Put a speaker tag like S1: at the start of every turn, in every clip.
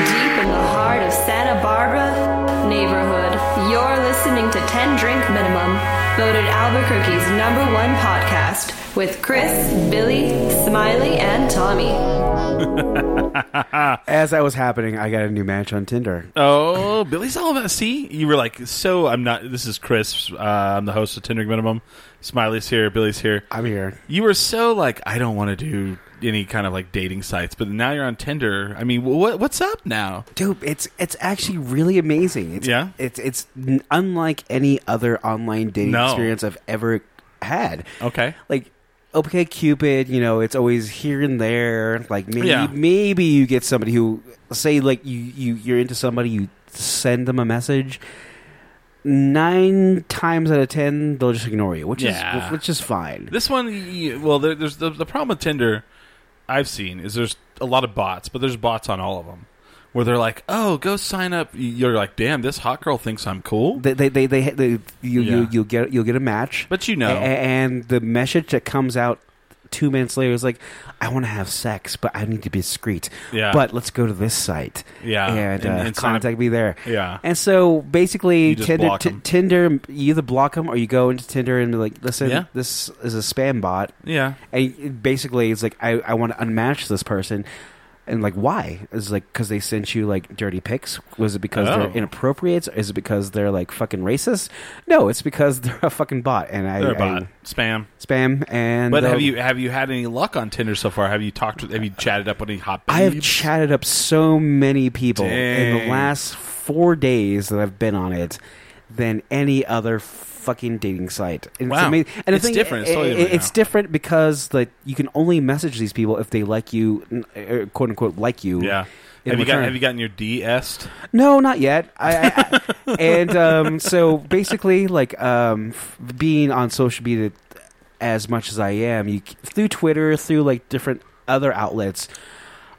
S1: deep in the heart of Santa Barbara neighborhood, you're listening to 10 Drink Minimum, voted Albuquerque's number one podcast with Chris, Billy, Smiley, and Tommy.
S2: As that was happening, I got a new match on Tinder.
S3: Oh, Billy's all about. See, you were like, so I'm not. This is Chris. Uh, I'm the host of Tinder Minimum. Smiley's here. Billy's here.
S2: I'm here.
S3: You were so like, I don't want to do any kind of like dating sites, but now you're on Tinder. I mean, wh- what what's up now?
S2: Dude, it's it's actually really amazing. It's,
S3: Yeah?
S2: it's it's n- unlike any other online dating
S3: No.
S2: experience I've ever had.
S3: Okay.
S2: like okay, Cupid, you know, it's always here and there. Like maybe
S3: Yeah.
S2: maybe you get somebody who say like you you you're into somebody, you send them a message. Nine times out of ten, they'll just ignore you, which
S3: Yeah.
S2: is which is fine.
S3: This one, y- well, there, there's the, the problem with Tinder. I've seen is there's a lot of bots, but there's bots on all of them where they're like, oh, go sign up. You're like, damn, this hot girl thinks I'm cool.
S2: they they they, they, they you,
S3: Yeah.
S2: you you get you'll get a match,
S3: But you know.
S2: A- a- and the message that comes out two minutes later is like, I want to have sex, but I need to be discreet.
S3: Yeah.
S2: but let's go to this site.
S3: Yeah.
S2: and,
S3: And-
S2: uh,
S3: and sign up-
S2: contact me there.
S3: Yeah.
S2: and so basically,
S3: You just
S2: Tinder,
S3: block
S2: t-
S3: 'em.
S2: Tinder, you either block them or you go into Tinder and be like, listen,
S3: Yeah.
S2: this is a spam bot.
S3: Yeah.
S2: And it- basically, it's like I, I want to unmatch this person, and like why? Is like because they sent you like dirty pics? Was it because
S3: Oh.
S2: they're inappropriate? Is it because they're like fucking racist? No, it's because they're a fucking bot, and I,
S3: They're a
S2: I-
S3: bot spam.
S2: spam. And
S3: But have
S2: they'll-
S3: you have you had any luck on Tinder so far? Have you talked? With, have you chatted up with any hot?
S2: I have
S3: babes?
S2: chatted up so many people in
S3: Dang.
S2: the last four days that I've been on it than any other fucking dating site. And
S3: Wow.
S2: ama- And the
S3: It's
S2: thing-
S3: different. It's
S2: i-
S3: totally
S2: i-
S3: different
S2: it's
S3: now.
S2: different because like you can only message these people if they like you, n- uh, quote unquote, like you.
S3: Yeah.
S2: in
S3: Have you got,
S2: return.
S3: Have you gotten your DS?
S2: No, not yet. I, I, I and um, so basically, like um, f- being on social media as much as I am, you c- through Twitter, through like different other outlets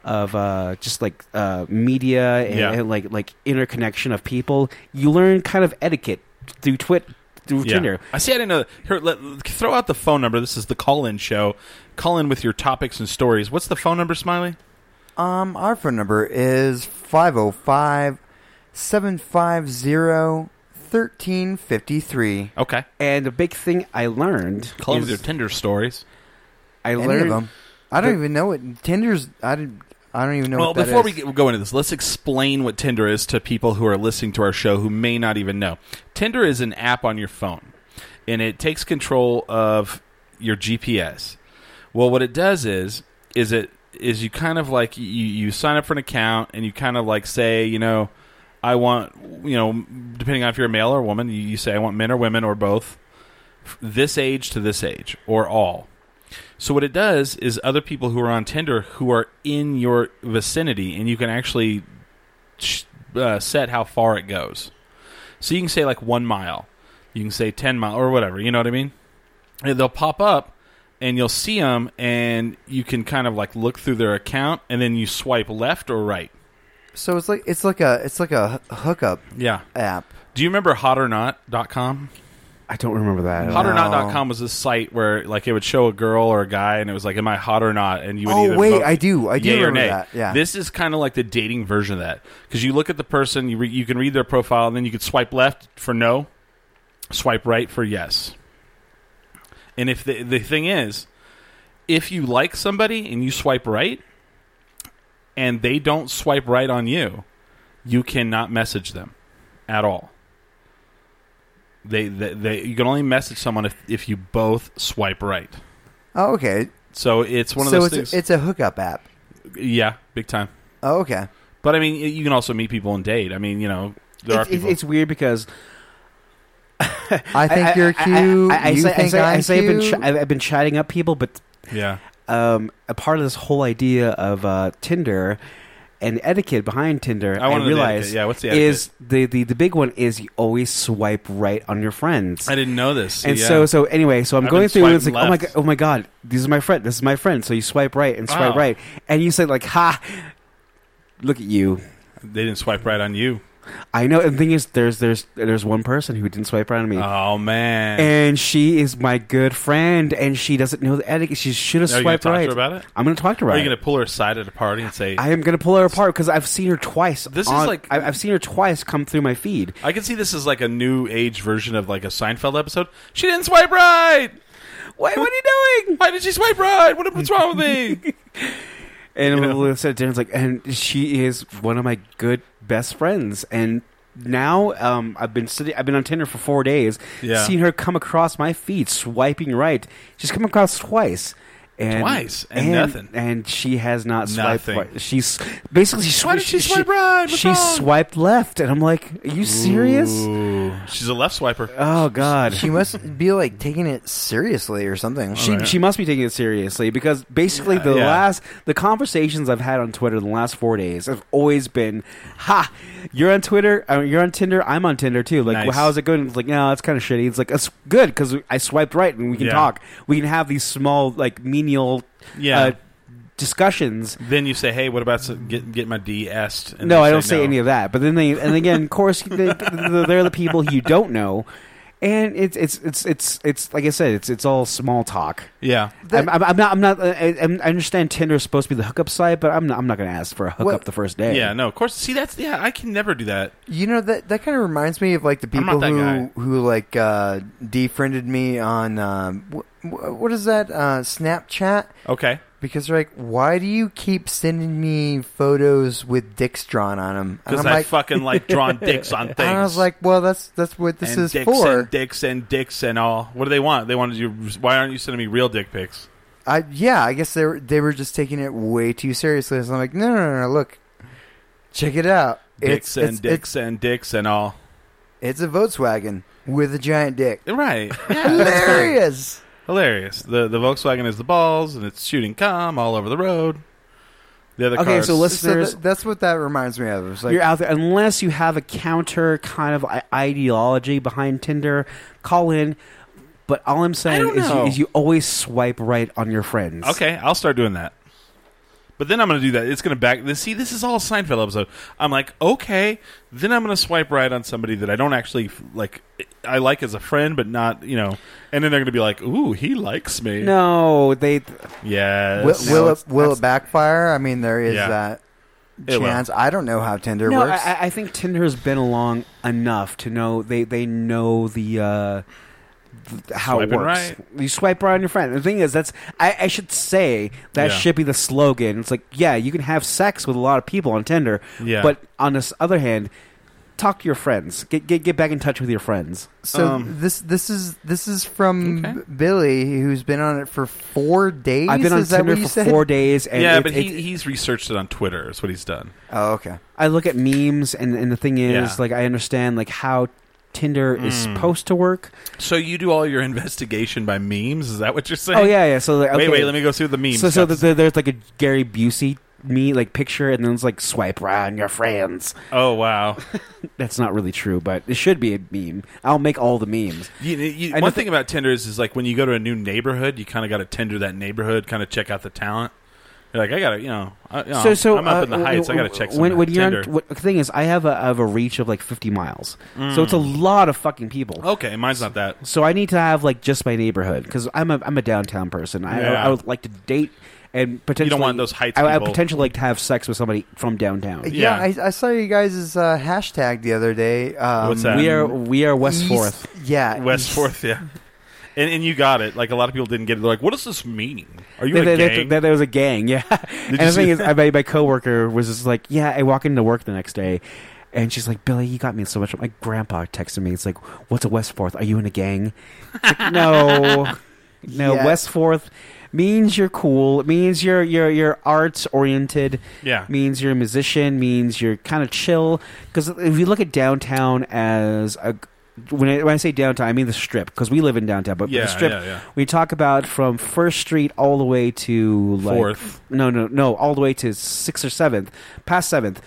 S2: of uh, just like uh, media and,
S3: Yeah.
S2: and, like like interconnection of people, you learn kind of etiquette through Twit through Tinder.
S3: I see. I didn't know. that. Here, let, throw out the phone number. This is the call-in show. Call in with your topics and stories. What's the phone number, Smiley?
S4: Um, our phone number is 505 750 1353.
S3: Okay.
S2: And the big thing I learned
S3: Call in
S2: is
S3: with your Tinder stories.
S2: I
S4: Any of
S2: learned
S4: them. I don't even know what Tinder's. I, didn't, I don't even know
S3: Well,
S4: what that
S3: before
S4: is.
S3: we get, go into this, let's explain what Tinder is to people who are listening to our show who may not even know. Tinder is an app on your phone, and it takes control of your GPS. Well, what it does is, is it is you kind of like you, you sign up for an account and you kind of like say, you know, I want, you know, depending on if you're a male or a woman, you, you say I want men or women or both, f- this age to this age or all. So what it does is other people who are on Tinder who are in your vicinity, and you can actually sh- uh, set how far it goes. So you can say like one mile, you can say ten mile or whatever. You know what I mean? And they'll pop up, and you'll see them, and you can kind of like look through their account, and then you swipe left or right.
S4: so it's like it's like a it's like a h- hookup
S3: Yeah.
S4: app.
S3: Do you remember hotornot.com?
S2: I don't remember that.
S3: Hot or
S4: No.
S3: Hotornot.com was this site where like it would show a girl or a guy and it was like, Am I hot or not? And you would
S4: Oh,
S3: either
S4: wait,
S3: vote
S4: I do- I do
S3: yay or
S4: remember
S3: nay.
S4: that, yeah.
S3: This is kind of like the dating version of that. Because you look at the person, you, re- you can read their profile, and then you could swipe left for no, swipe right for yes. And if the, the thing is, if you like somebody and you swipe right and they don't swipe right on you, you cannot message them at all. They, they, they you can only message someone if, if you both swipe right.
S4: Oh, okay.
S3: So it's one of
S4: so
S3: those
S4: it's
S3: things.
S4: A, it's a hookup app.
S3: yeah, big time.
S4: Oh, okay.
S3: But I mean, you can also meet people and date. I mean, you know, there
S2: It's,
S3: are people.
S2: it's weird because
S4: I think you're cute.
S2: I, I, I
S4: you
S2: say,
S4: think
S2: I say,
S4: am
S2: I say I've been
S4: cute.
S2: ch- I've I've been chatting up people, but
S3: yeah,
S2: um, a part of this whole idea of uh, Tinder and etiquette behind Tinder.
S3: I wanna know the
S2: realize,
S3: etiquette. Yeah, what's the
S2: is the, the the big one is you always swipe right on your friends.
S3: I didn't know this.
S2: And
S3: yeah.
S2: so, so anyway, so I'm
S3: I've
S2: going
S3: been
S2: through, and it's like,
S3: swiping
S2: oh my, god,
S3: left.
S2: oh my god, these are my friend, this is my friend. So you swipe right and swipe
S3: Wow.
S2: right, and you say like, ha, look at you.
S3: they didn't swipe right on you.
S2: I know. And the thing is, there's there's there's one person who didn't swipe right on me,
S3: Oh man.
S2: and she is my good friend, and she doesn't know the etiquette. She should have
S3: Are you gonna
S2: swiped
S3: talk to
S2: right.
S3: her about it?
S2: I'm going to talk to her.
S3: Are
S2: about
S3: you
S2: it.
S3: going to pull her aside at a party and say,
S2: I am going to pull her apart because I've seen her twice.
S3: This is
S2: on-
S3: like-
S2: I- I've seen her twice come through my feed.
S3: I can see this as like a new age version of like a Seinfeld episode. She didn't swipe right.
S2: Wait, what are you doing?
S3: Why did she swipe right? What, what's wrong with me?
S2: And
S3: know?
S2: Lil said Darren's like, and she is one of my good best friends. And now um, I've been sitting, I've been on Tinder for four days.
S3: Yeah.
S2: Seeing her come across my feed, swiping right. She's come across twice. And,
S3: Twice, and nothing.
S2: And she has not swiped.
S3: Nothing.
S2: Right. She's basically she
S3: Why did she swipe right? What's
S2: She
S3: wrong?
S2: swiped left, and I'm like, "Are you serious?
S3: Ooh, she's a left swiper.
S2: Oh God!"
S4: She must be like taking it seriously or something.
S2: She, she must be taking it seriously because basically the
S3: Yeah.
S2: last the conversations I've had on Twitter the last four days have always been, "Ha, you're on Twitter, uh, you're on Tinder, I'm on Tinder too. Like,
S3: Nice.
S2: well, how's it going?" It's like, "No, it's kind of shitty." It's like, "It's good because I swiped right and we can
S3: Yeah.
S2: talk. We can have these small like menial
S3: Yeah.
S2: uh, discussions."
S3: Then you say, hey, what about some, get, get my DS? And
S2: no,
S3: they
S2: I don't say any of that. But then they and again, of course, they, they're the people you don't know. And it's it's it's it's it's like I said, it's it's all small talk.
S3: Yeah.
S2: I'm, I'm, I'm not. I'm not. uh, I, I'm- I understand Tinder is supposed to be the hookup site, but I'm not. I'm not going to ask for a hookup
S4: Well-
S2: the first day.
S3: Yeah, no, of course. See, that's, yeah, I can never do that.
S4: You know that that kind of reminds me of like the
S3: I'm not
S4: people
S3: that
S4: who
S3: guy.
S4: who like uh, defriended me on um, wh- wh- what is that uh, Snapchat
S3: Okay.
S4: because they're like, why do you keep sending me photos with dicks drawn on them?
S3: Because I fucking like drawing dicks on things.
S4: And I was like, well, that's that's what this
S3: and
S4: is
S3: dicks
S4: for.
S3: and dicks and dicks and all. What do they want? They wanted you. Why aren't you sending me real dick pics?
S4: I yeah, I guess they were, they were just taking it way too seriously. So I'm like, no, no, no, no look, check it out.
S3: Dicks and
S4: it's,
S3: dicks and dicks and all.
S4: It's, it's a Volkswagen with a giant dick.
S3: Right.
S4: Hilarious.
S3: Hilarious. The the Volkswagen is the balls, and it's shooting cum all over the road. The other
S2: Okay,
S3: cars.
S2: so let's-
S4: So
S2: Listeners-
S4: tha- that's what that reminds me of. It's like,
S2: you're out there unless you have a counter kind of i- ideology behind Tinder. Call in. But all I'm saying
S3: don't
S2: is you,
S3: know.
S2: is you always swipe right on your friends.
S3: Okay, I'll start doing that. But then I'm going to do that. It's going to back. This, see, this is all a Seinfeld episode. I'm like, okay. Then I'm going to swipe right on somebody that I don't actually like. I like as a friend, but not you know. And then they're going to be like, ooh, he likes me.
S2: No, they.
S3: Yes.
S4: will, will
S2: it's-
S4: it will
S2: that's-
S4: it backfire? I mean, there is
S3: Yeah.
S4: that
S3: It will.
S4: chance. I don't know how Tinder
S2: No,
S4: works.
S2: I, I think Tinder has been along enough to know they they know the. Uh, th- how
S3: Swiping
S2: it works.
S3: right.
S2: You swipe right on your friend. The thing is, that's I, I should say that
S3: Yeah.
S2: should be the slogan. It's like, yeah, you can have sex with a lot of people on Tinder,
S3: Yeah.
S2: but on this other hand, talk to your friends. Get get get back in touch with your friends.
S4: so
S3: um,
S4: this this is this is from
S3: Okay.
S4: Billy, who's been on it for four days.
S2: I've been on
S4: is that
S2: Tinder
S4: what you
S2: for
S4: said?
S2: four days, and
S3: yeah,
S2: it-
S3: but
S2: it-
S3: he, he's researched it on Twitter. Is what he's done.
S4: Oh, okay.
S2: I look at memes, and and the thing is,
S3: Yeah. Hmm.
S2: like, I understand like how Tinder is supposed to work.
S3: So you do all your investigation by memes? Is that what you're saying?
S2: Oh yeah, yeah. So like, okay.
S3: Wait, wait. Let me go see what the memes.
S2: So, so
S3: got to
S2: th- there's like a Gary Busey me like picture, and then it's like swipe right on your friends.
S3: say. oh wow.
S2: That's not really true, but it should be a meme. I'll make all the memes.
S3: You, you,
S2: And
S3: one
S2: the thi-
S3: thing about Tinder is, is like when you go to a new neighborhood, you kind of got to tender that neighborhood, kind of check out the talent. You're like, I got to, you know, I, you know, I'm up
S2: uh,
S3: in the heights. I got to
S2: w-
S3: check some
S2: When, when you're
S3: Tinder.
S2: on, what, the thing is, I have a I have a reach of like 50 miles, so it's a
S3: Mm.
S2: lot of fucking people.
S3: okay, mine's not that.
S2: So I need to have like just my neighborhood because I'm a I'm a downtown person. I,
S3: Yeah.
S2: I would like to date and potentially
S3: want those heights
S2: I, I
S3: people.
S2: potentially like to have sex with somebody from downtown.
S3: Yeah.
S4: Yeah, I, I saw you guys' uh, hashtag the other day. Um,
S3: What's that?
S2: We are we are West
S4: East-
S2: Fourth.
S4: Yeah,
S3: West
S4: East-
S3: Fourth, yeah. And, and you got it. Like a lot of people didn't get it. They're like, what does this mean? Are you
S2: There-
S3: in a
S2: there-
S3: gang?
S2: there- there was a gang, yeah. and
S3: you
S2: the thing
S3: see
S2: is, I, my, my coworker was just like, "Yeah." I walk into work the next day, and she's like, "Billy, you got me in so much." trouble." My grandpa texted me. It's like, "What's a West Fourth? Are you in a gang?" It's like, no, no.
S4: Yeah.
S2: West Fourth means you're cool. It means you're you're you're arts oriented.
S3: Yeah.
S2: Means you're a musician. Means you're kind of chill. Because if you look at downtown as a when I, when I say downtown, I mean the strip because we live in downtown. But
S3: Yeah,
S2: the strip,
S3: yeah, yeah.
S2: we talk about from First Street all the way to like,
S3: Fourth.
S2: No, no, no, all the way to Sixth or Seventh, past Seventh.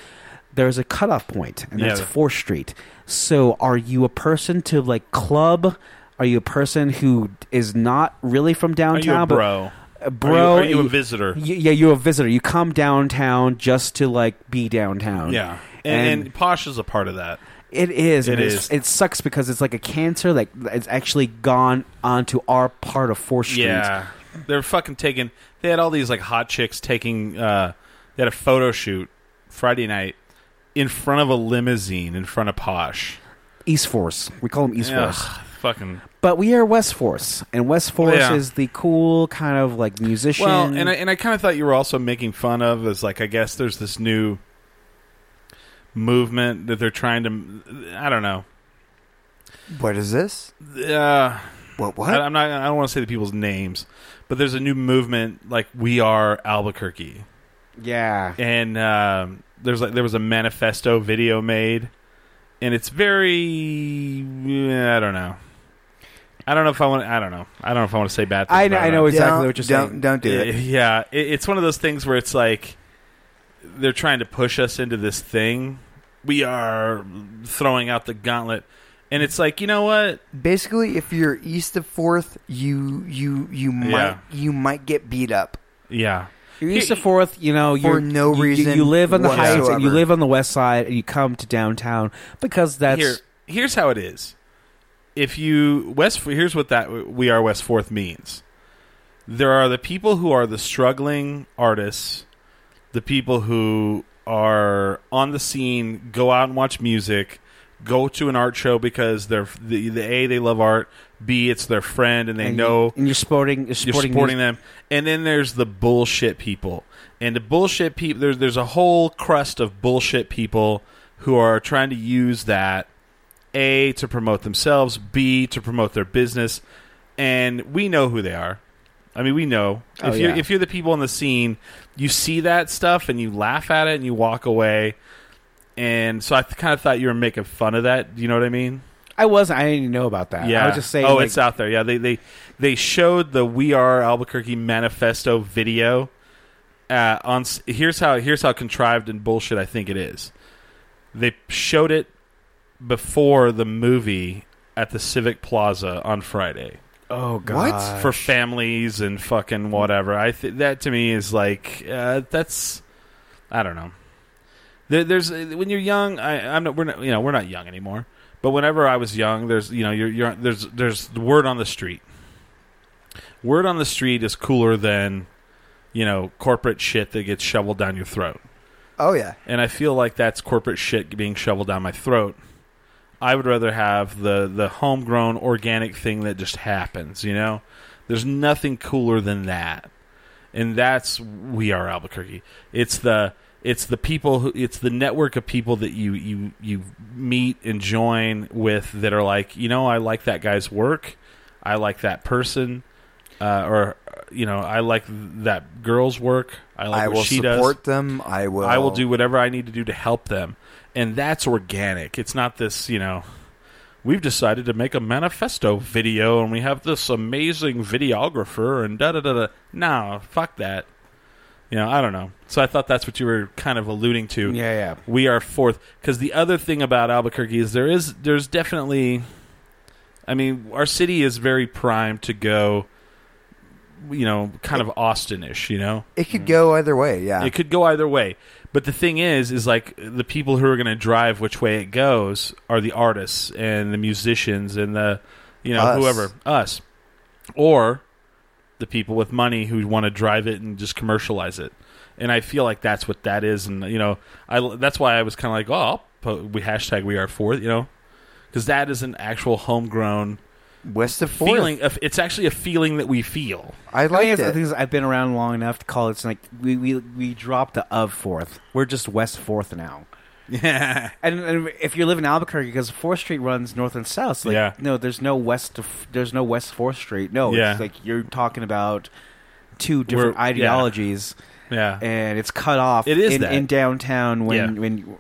S2: There's a cutoff point, and that's
S3: Yeah.
S2: Fourth Street. So, are you a person to like club? Are you a person who is not really from
S3: Are
S2: downtown?
S3: you a
S2: but-
S3: bro?
S2: Uh, bro,
S3: Are you, are you a visitor?
S2: y- yeah, you're a visitor. You come downtown just to like be downtown.
S3: Yeah, and, and posh is a part of that.
S2: It is. and
S3: It
S2: it's-
S3: is.
S2: It sucks because it's like a cancer. Like it's actually gone onto our part of Fourth Street.
S3: Yeah, they're fucking taking. They had all these like hot chicks taking. Uh, they had a photo shoot Friday night in front of a limousine in front of Posh.
S2: East Force. We call them East
S3: Ugh,
S2: Force,
S3: fucking
S2: but we are West Force, and West Force
S3: Yeah.
S2: is the cool kind of like musician.
S3: well, and I, and I kind of thought you were also making fun of as like I guess there's this new movement that they're trying to. I don't know.
S4: What is this?
S3: Uh,
S4: What? What?
S3: I, I'm not. I don't want to say the people's names, but there's a new movement like we are Albuquerque.
S2: yeah,
S3: and um, there's like there was a manifesto video made, and it's very yeah, I don't know. I don't know if I want. I don't know. I don't know if I want to say bad. Things
S2: I know,
S3: about
S2: I
S3: it.
S2: know exactly
S4: Don't-
S2: what you're
S4: don't,
S2: saying.
S4: Don't do
S3: Yeah,
S4: it.
S3: Yeah, it, it's one of those things where it's like they're trying to push us into this thing. We are throwing out the gauntlet, and it's like you know what?
S4: Basically, if you're east of Fourth, you you you might
S3: Yeah.
S4: you might get beat up.
S3: Yeah,
S2: You're east of Fourth, you know, you're,
S4: no
S2: you- you-
S4: reason
S2: You live on the heights, and you
S4: whatsoever.
S2: live on the West Side, and you come to downtown because that's
S3: Here, here's how it is. If you West, here's what that we are West Fourth means. There are the people who are the struggling artists, the people who are on the scene, go out and watch music, go to an art show because they're the, the a they love art, b it's their friend and they
S2: and
S3: know
S2: you, and you're sporting, you're
S3: you're
S2: sporting,
S3: supporting, them. And then there's the bullshit people. And the bullshit people there's there's a whole crust of bullshit people who are trying to use that A to promote themselves, B to promote their business, and we know who they are. I mean, we know.
S2: Oh,
S3: if you're
S2: yeah.
S3: if you're the people on the scene, you see that stuff and you laugh at it and you walk away. And so I kind of thought you were making fun of that. Do you know what I mean?
S2: I wasn't. I didn't even know about that.
S3: Yeah.
S2: I was just saying.
S3: Oh,
S2: like,
S3: it's out there. Yeah, they they they showed the "We Are Albuquerque" manifesto video. Uh, on s- here's how here's how contrived and bullshit I think it is. They showed it before the movie at the Civic Plaza on Friday
S2: Oh
S4: What?
S2: God!
S3: for families and fucking whatever. I th- that to me is like uh, that's I don't know. There, there's when you're young. I, I'm not. We're not. You know, we're not young anymore. But whenever I was young, there's you know, you're, you're there's there's the word on the street. Word on the street is cooler than you know corporate shit that gets shoveled down your throat
S4: Oh yeah.
S3: and I feel like that's corporate shit being shoveled down my throat. I would rather have the the homegrown organic thing that just happens, you know? There's nothing cooler than that. And that's we are Albuquerque. It's the it's the people who it's the network of people that you you you meet and join with that are like, you know, I like that guy's work. I like that person. Uh, or uh, you know, I like that girl's work. I like
S4: I
S3: what
S4: will
S3: she does.
S4: support them. I will.
S3: I will do whatever I need to do to help them. And that's organic. It's not this, you know, we've decided to make a manifesto video and we have this amazing videographer and da da da da. No, fuck that. You know, I don't know. So I thought that's what you were kind of alluding to.
S2: Yeah, yeah.
S3: We are fourth because the other thing about Albuquerque is there is there's definitely, I mean, our city is very primed to go, you know, kind of Austinish. You know,
S4: It could go either way. Yeah.
S3: it could go either way. But the thing is, is like the people who are going to drive which way it goes are the artists and the musicians and the, you know,
S4: Us.
S3: whoever, us. Or the people with money who want to drive it and just commercialize it. And I feel like that's what that is. And, you know, I, that's why I was kind of like, oh, I'll po- we hashtag we are for, you know, because that is an actual homegrown
S4: West of Fourth.
S3: feeling. Of, it's actually a feeling that we feel.
S4: I
S2: I mean,
S4: liked
S2: the
S4: it.
S2: thing is, I've been around long enough to call it. It's like we, we we dropped the of fourth. We're just West Fourth now.
S3: Yeah.
S2: And, and if you live in Albuquerque, because Fourth Street runs north and south. so, Like,
S3: Yeah.
S2: No, there's no west. Of, there's no West Fourth Street. No.
S3: Yeah.
S2: It's like you're talking about two different
S3: We're- yeah.
S2: ideologies,
S3: Yeah.
S2: and it's cut off.
S3: It is
S2: in,
S3: that.
S2: in downtown when
S3: Yeah.
S2: when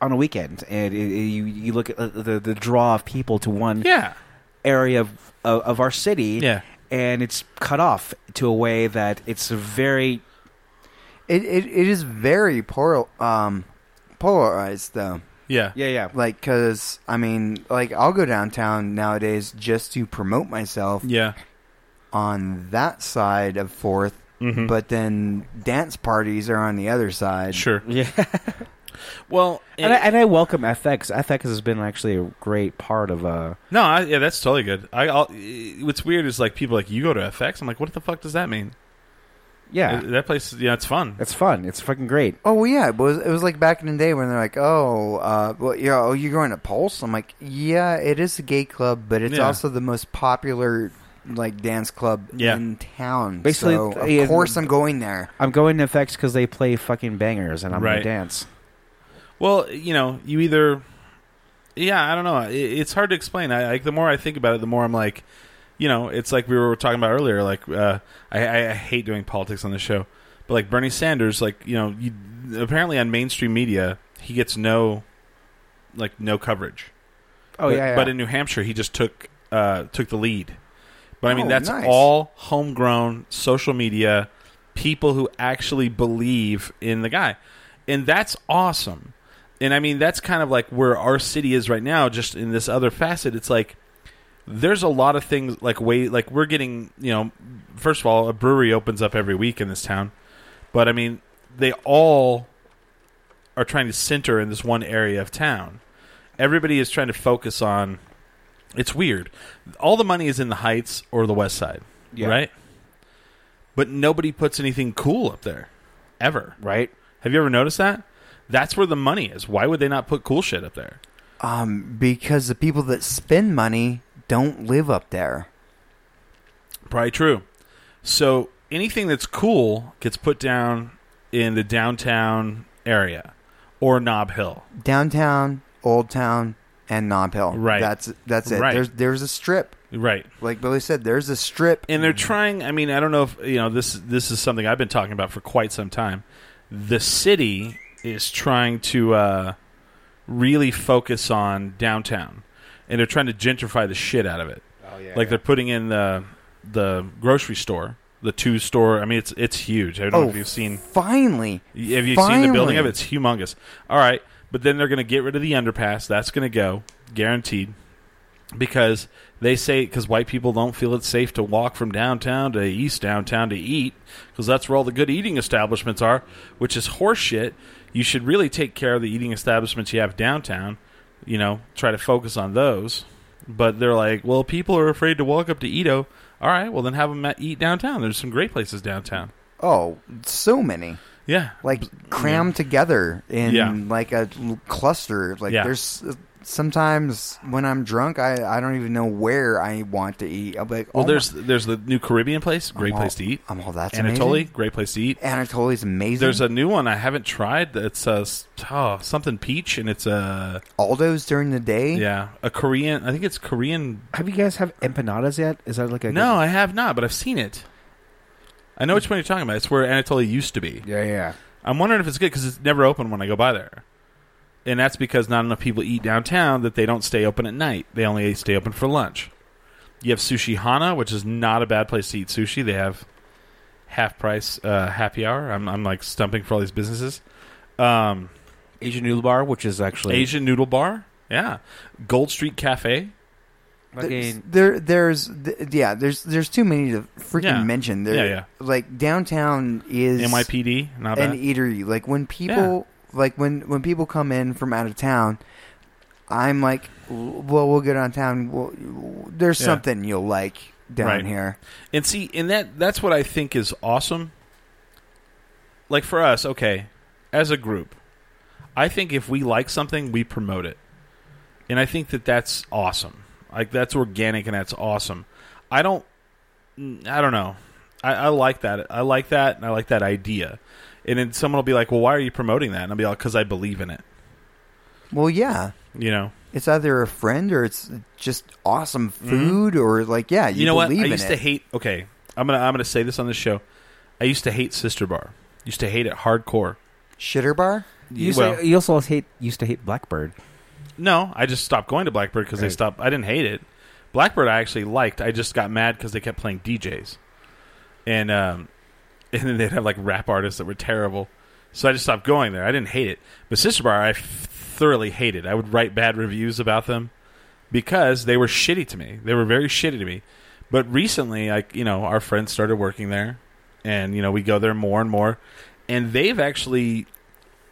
S2: on a weekend, and it, it- you you look at uh, the the draw of people to one
S3: Yeah.
S2: area of, of, of our city,
S3: Yeah.
S2: and it's cut off to a way that it's very
S4: It, it, it is very polar, um, polarized, though.
S3: Yeah.
S2: yeah yeah
S4: Like, because, I mean, like, I'll go downtown nowadays just to promote myself
S3: Yeah.
S4: on that side of 4th,
S3: Mm-hmm.
S4: but then dance parties are on the other side.
S3: Sure.
S2: yeah.
S3: Well,
S2: And I, and I welcome FX. FX has been actually a great part of uh
S3: no, I, yeah, that's totally good. I, I'll, what's weird is like people are like you go to FX. I'm like, what the fuck does that mean?
S2: yeah.
S3: Uh, That place, yeah, it's fun.
S2: It's fun. It's fucking great.
S4: Oh well, yeah, it was it was like back in the day when they're like, oh, uh, well, you're, oh, you're going to Pulse. I'm like, yeah, it is a gay club, but it's
S3: Yeah.
S4: also the most popular like dance club
S3: Yeah.
S4: in town.
S2: Basically,
S4: so, of
S2: yeah,
S4: course I'm going there.
S2: I'm going to FX because they play fucking bangers, and I'm
S3: Right.
S2: gonna dance.
S3: Well, you know, you either. Yeah, I don't know. I it's hard to explain. I like the more I think about it, the more I'm like, you know, it's like we were talking about earlier. Like, uh, I, I I hate doing politics on the show, but like Bernie Sanders, like you know, you, apparently on mainstream media, he gets no, like no coverage.
S2: Oh
S3: but,
S2: yeah,
S3: But in New Hampshire, he just took uh, took the lead. But I mean,
S4: Oh,
S3: that's
S4: nice.
S3: all homegrown social media people who actually believe in the guy, and that's awesome. And I mean, that's kind of like where our city is right now. Just in this other facet, it's like there's a lot of things like way like we're getting you know first of all a brewery opens up every week in this town but i mean they all are trying to center in this one area of town everybody is trying to focus on it's weird all the money is in the heights or the west side
S2: Yeah.
S3: right but nobody puts anything cool up there ever
S2: right.
S3: have you ever noticed that that's where the money is why would they not put cool shit up there
S4: Um, because the people that spend money don't live up there.
S3: Probably true. So anything that's cool gets put down in the downtown area or Knob Hill.
S4: Downtown, Old Town, and Knob Hill.
S3: Right.
S4: That's that's it.
S3: Right.
S4: There's there's a strip.
S3: Right.
S4: Like Billy said, there's a strip.
S3: And they're trying I mean, I don't know if you know, this this is something I've been talking about for quite some time. The city is trying to uh, really focus on downtown. And they're trying to gentrify the shit out of it. Oh yeah. Like they're putting in the the grocery store, the two store I mean it's it's huge. I don't know
S4: oh,
S3: if you've seen
S4: finally.
S3: Have you seen the
S4: Finally.
S3: building of it? It's humongous. All right, but then they're going to get rid of the underpass. That's going to go guaranteed because they say because white people don't feel it's safe to walk from downtown to east downtown to eat because that's where all the good eating establishments are, which is horseshit. You should really take care of the eating establishments you have downtown. You know, try to focus on those. But they're like, well, people are afraid to walk up to Edo. All right, well then have them eat downtown. There's some great places downtown.
S4: Oh, so many.
S3: Yeah,
S4: like crammed together in
S3: Yeah.
S4: like a l- cluster. Like
S3: Yeah.
S4: there's uh, sometimes when I'm drunk, I, I don't even know where I want to eat. I'm like,
S3: Well,
S4: oh
S3: there's there's the new Caribbean place, great
S4: Oh,
S3: place to eat.
S4: oh, that's
S3: Anatoly,
S4: amazing.
S3: great place to eat.
S4: my, Anatoly's amazing.
S3: There's a new one I haven't tried. That's uh, s- oh, something peach, and it's a
S4: Aldo's during the day.
S3: yeah, a Korean. I think it's Korean.
S2: Have you guys have empanadas yet? Is that like a
S3: No, I have not, but I've seen it. I know which one you're talking about. It's where Anatoly used to be.
S2: Yeah, yeah.
S3: I'm wondering if it's good because it's never open when I go by there, and that's because not enough people eat downtown that they don't stay open at night. They only stay open for lunch. You have Sushi Hana, which is not a bad place to eat sushi. They have half price uh, happy hour. I'm, I'm like stumping for all these businesses. Um,
S2: Asian noodle bar, which is actually
S3: Asian Noodle Bar, yeah. Gold Street Cafe,
S4: There's,
S2: fucking
S4: there, there's, th- yeah, there's, there's too many to freaking
S3: Yeah.
S4: mention. There,
S3: Yeah, yeah.
S4: Like downtown is
S3: NYPD, not
S4: an
S3: bad.
S4: eatery. Like when people, like when when people come in from out of town, I'm like, well, we'll go downtown. Well, there's
S3: Yeah.
S4: something you'll like down
S3: Right.
S4: here.
S3: And see, and that that's what I think is awesome. Like for us, okay, as a group, I think if we like something, we promote it. And I think that that's awesome. Like that's organic and that's awesome. I don't mm, I don't know. I, I like that. I like that and I like that idea. And then someone will be like, "Well, why are you promoting that?" And I'll be like, "Cuz I believe in it."
S4: Well, yeah.
S3: You know.
S4: It's either a friend or it's just awesome food or like yeah, you,
S3: Mm-hmm. you know what? I
S4: believe in
S3: used
S4: it.
S3: to hate. Okay, I'm gonna I'm gonna say this on this show. I used to hate Sister Bar. Used to hate it hardcore.
S4: Shitter bar?
S5: You, used
S3: well,
S5: to, you also hate used to hate Blackbird.
S3: no, I just stopped going to Blackbird because they
S5: Right.
S3: stopped. I didn't hate it. Blackbird I actually liked. I just got mad because they kept playing DJs, and um, and then they'd have like rap artists that were terrible. So I just stopped going there. I didn't hate it, but Sister Bar I f- thoroughly hated. I would write bad reviews about them because they were shitty to me. They were very shitty to me. But recently, I you know our friends started working there, and you know we go there more and more, and they've actually,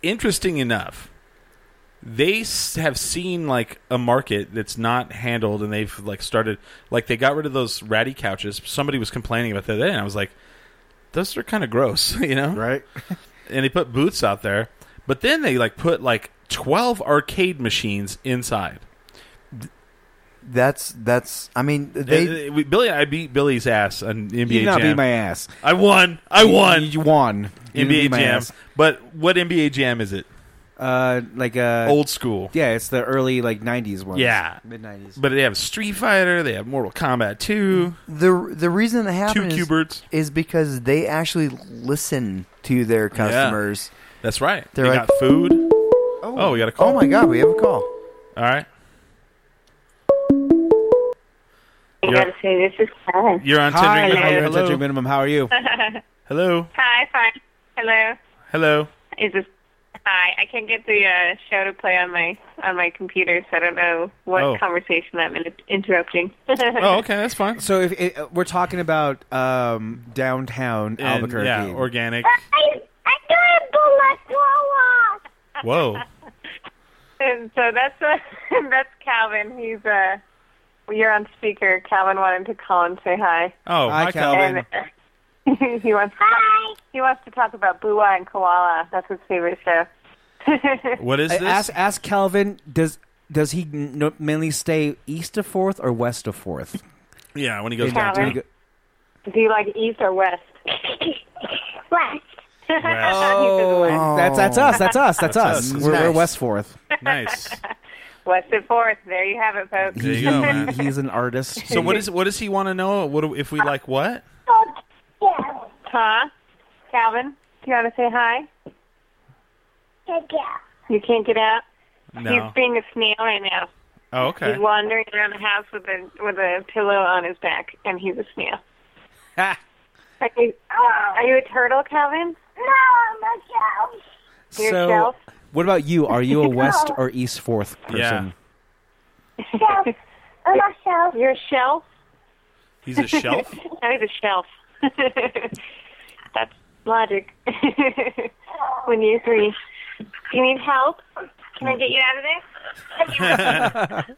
S3: interesting enough, they s- have seen like a market that's not handled and they've like started like they got rid of those ratty couches somebody was complaining about that and i was like those are kind of gross you know
S2: right?
S3: and they put booths out there but then they like put like 12 arcade machines inside
S6: That's that's. I mean, they.
S3: Uh, uh, we- billy i beat billy's ass on nba
S2: You did not
S3: jam
S2: beat my ass.
S3: i won i won
S2: You, you won. You didn't
S3: nba
S2: beat my
S3: jam
S2: ass.
S3: but what nba jam is it
S2: Uh, like uh,
S3: old school
S2: Yeah, it's the early like '90s one.
S3: Yeah.
S2: mid '90s.
S3: but they have street fighter they have mortal kombat 2
S6: The the reason that
S3: two
S6: happened is,
S3: cuberts
S6: is because they actually listen to their customers.
S3: That's right.
S6: They're
S3: they
S6: like-
S3: got food. Oh, we got a call.
S6: Oh my god, we have a call.
S3: All right.
S4: I gotta say, this is fun.
S3: You're on
S2: Hi,
S3: tendering
S2: Hello. minimum.
S3: minimum. Hello.
S2: How are you?
S3: Hello.
S4: Hi, fine. Hello.
S3: Hello.
S4: Is this? Hi. I can't get the uh, show to play on my on my computer, so I don't know what
S3: Oh.
S4: conversation I'm in- interrupting.
S3: Oh, okay, that's fine.
S2: so if it, uh, we're talking about um, downtown
S3: And,
S2: Albuquerque,
S3: Yeah, organic.
S4: I I got a bullet thrower.
S3: Whoa.
S4: And so that's uh, that's Calvin. He's uh, you're on speaker. Calvin wanted to call and say hi.
S3: Oh,
S2: Hi,
S3: hi, Calvin.
S2: Calvin.
S4: And he wants to talk, he wants to talk about Blue Eye and Koala. That's his favorite show.
S3: What is
S2: Uh,
S3: this?
S2: ask ask Calvin. Does does he n- no- mainly stay east of Fourth or west of Fourth?
S3: yeah, when he goes
S4: Calvin.
S3: downtown.
S2: He go-
S4: Do you like east or west? west.
S2: Oh, that's that's us. That's us. That's,
S3: That's
S2: us.
S3: us.
S2: We're, we're
S6: Nice.
S2: West Fourth.
S3: Oh, Nice.
S4: West and fourth. There you have it, folks.
S3: There you go, man.
S2: He's an artist.
S3: So what is what does he want to know? What do, if we like what?
S4: Huh? Calvin, do you want to say hi? You can't get out.
S3: No.
S4: He's being a snail right now.
S3: Oh, okay.
S4: He's wandering around the house with a with a pillow on his back, and he's a snail. Are you, are you a turtle, Calvin? Your
S2: so
S4: shelf.
S2: what about you? Are you a West or East Fourth person?
S3: Yeah.
S4: You're a shelf.
S3: He's a shelf.
S4: Now he's a shelf. That's logic. when you three, do you need help? Can I get you out of there?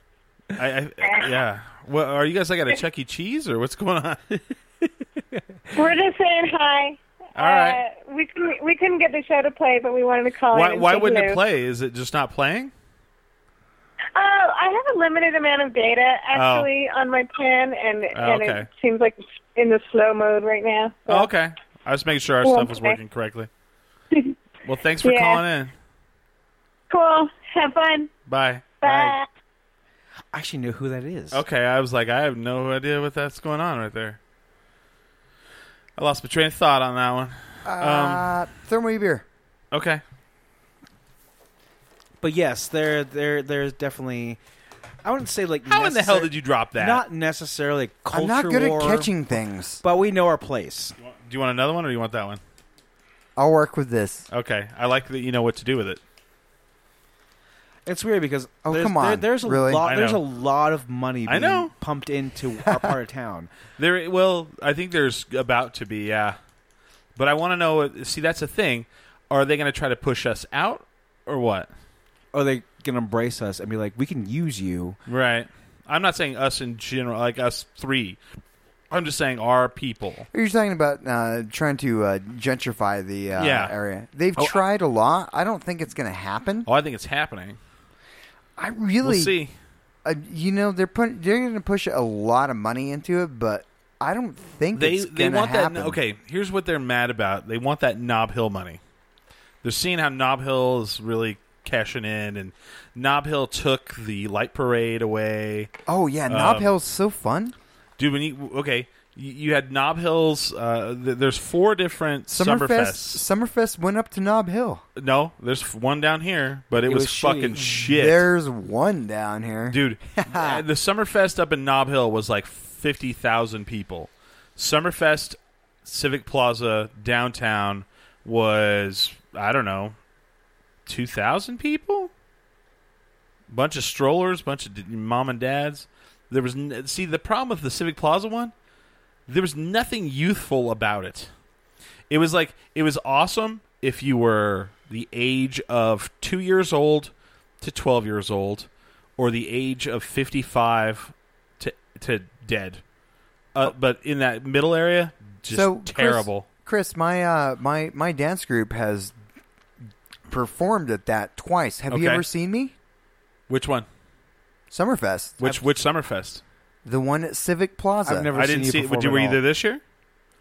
S3: I, I, yeah. Well, are you guys like at a Chuck E. Cheese or what's going on?
S4: Oh, We're just saying hi.
S3: All right.
S4: Uh, we couldn't we couldn't get the show to play, but we wanted to call in.
S3: Why
S4: and
S3: why
S4: say
S3: wouldn't
S4: hello.
S3: it play? Is it just not playing?
S4: Oh, I have a limited amount of data actually on my pen, and
S3: Oh,
S4: and
S3: okay.
S4: it seems like it's in the slow mode right now. So.
S3: Oh, okay. I was making sure our
S4: Yeah,
S3: stuff was
S4: okay.
S3: working correctly. Well, thanks for
S4: Yeah.
S3: calling in.
S4: Cool. Have fun.
S3: Bye.
S4: Bye.
S2: I actually know who that is.
S3: Okay, I was like, I have no idea what that's going on right there. I lost my train of thought on that one.
S6: Uh, throw me a beer.
S3: Okay.
S2: But yes, there there there's definitely. I wouldn't say like.
S3: How in the hell
S2: necessar-
S3: did you drop that?
S2: Not necessarily culture
S6: I'm not good
S2: war,
S6: at catching things.
S2: but we know our place.
S3: do you want another one or do you want that one?
S6: I'll work with this.
S3: Okay. I like that you know what to do with it.
S2: It's weird because
S6: Oh,
S2: there's,
S6: come on.
S2: there- there's a
S6: Really?
S2: lot
S3: I
S2: there's a
S3: know.
S2: lot of money
S3: I
S2: being
S3: know.
S2: pumped into our part of town.
S3: There well, I think there's about to be, yeah. But I want to know see that's the thing. Are they going to try to push us out or what?
S2: Are they gonna embrace us and be like, we can use you?
S3: Right. I'm not saying us in general, like us 3. I'm just saying our people.
S6: You're talking about uh, trying to uh, gentrify the uh,
S3: Yeah.
S6: area. They've tried a lot. I don't think it's going to happen.
S3: Oh, I think it's happening.
S6: I really,
S3: We'll see.
S6: Uh, you know, they're putting they're going to push a lot of money into it, but I don't think
S3: they
S6: it's
S3: they
S6: going to
S3: want
S6: happen.
S3: that. Okay, here's what they're mad about. They want that Knob Hill money. They're seeing how Knob Hill is really cashing in, and Knob Hill took the light parade away. Um,
S6: Oh yeah, Knob Hill's so fun.
S3: Dude, when you okay, you, you had Knob Hills. Uh, th- there's four different Summerfests.
S4: Summerfest, Summerfest went up to Knob Hill.
S3: No, there's one down here, but it, was,
S4: was shitty.
S3: fucking shit.
S4: There's one down here.
S3: Dude, uh, the Summerfest up in Knob Hill was like 50,000 people. Summerfest Civic Plaza downtown was, I don't know, 2,000 people? Bunch of strollers, bunch of d- mom and dads. There was n- see the problem with the Civic Plaza one, there was nothing youthful about it. It was like it was awesome if you were the age of two years old to twelve years old, or the age of fifty-five to to dead.
S7: Oh.
S3: Uh, but in that middle area, just
S4: so
S3: terrible.
S4: Chris, Chris my uh, my my dance group has performed at that twice. Have you
S3: Okay.
S4: ever seen me?
S3: Which one?
S4: Summerfest,
S3: Which which Summerfest?
S4: the one at Civic Plaza.
S7: I've never
S3: I
S7: seen
S3: didn't
S7: you
S3: see it.
S7: perform
S3: Did-
S7: at
S3: Were you
S7: all.
S3: there this year?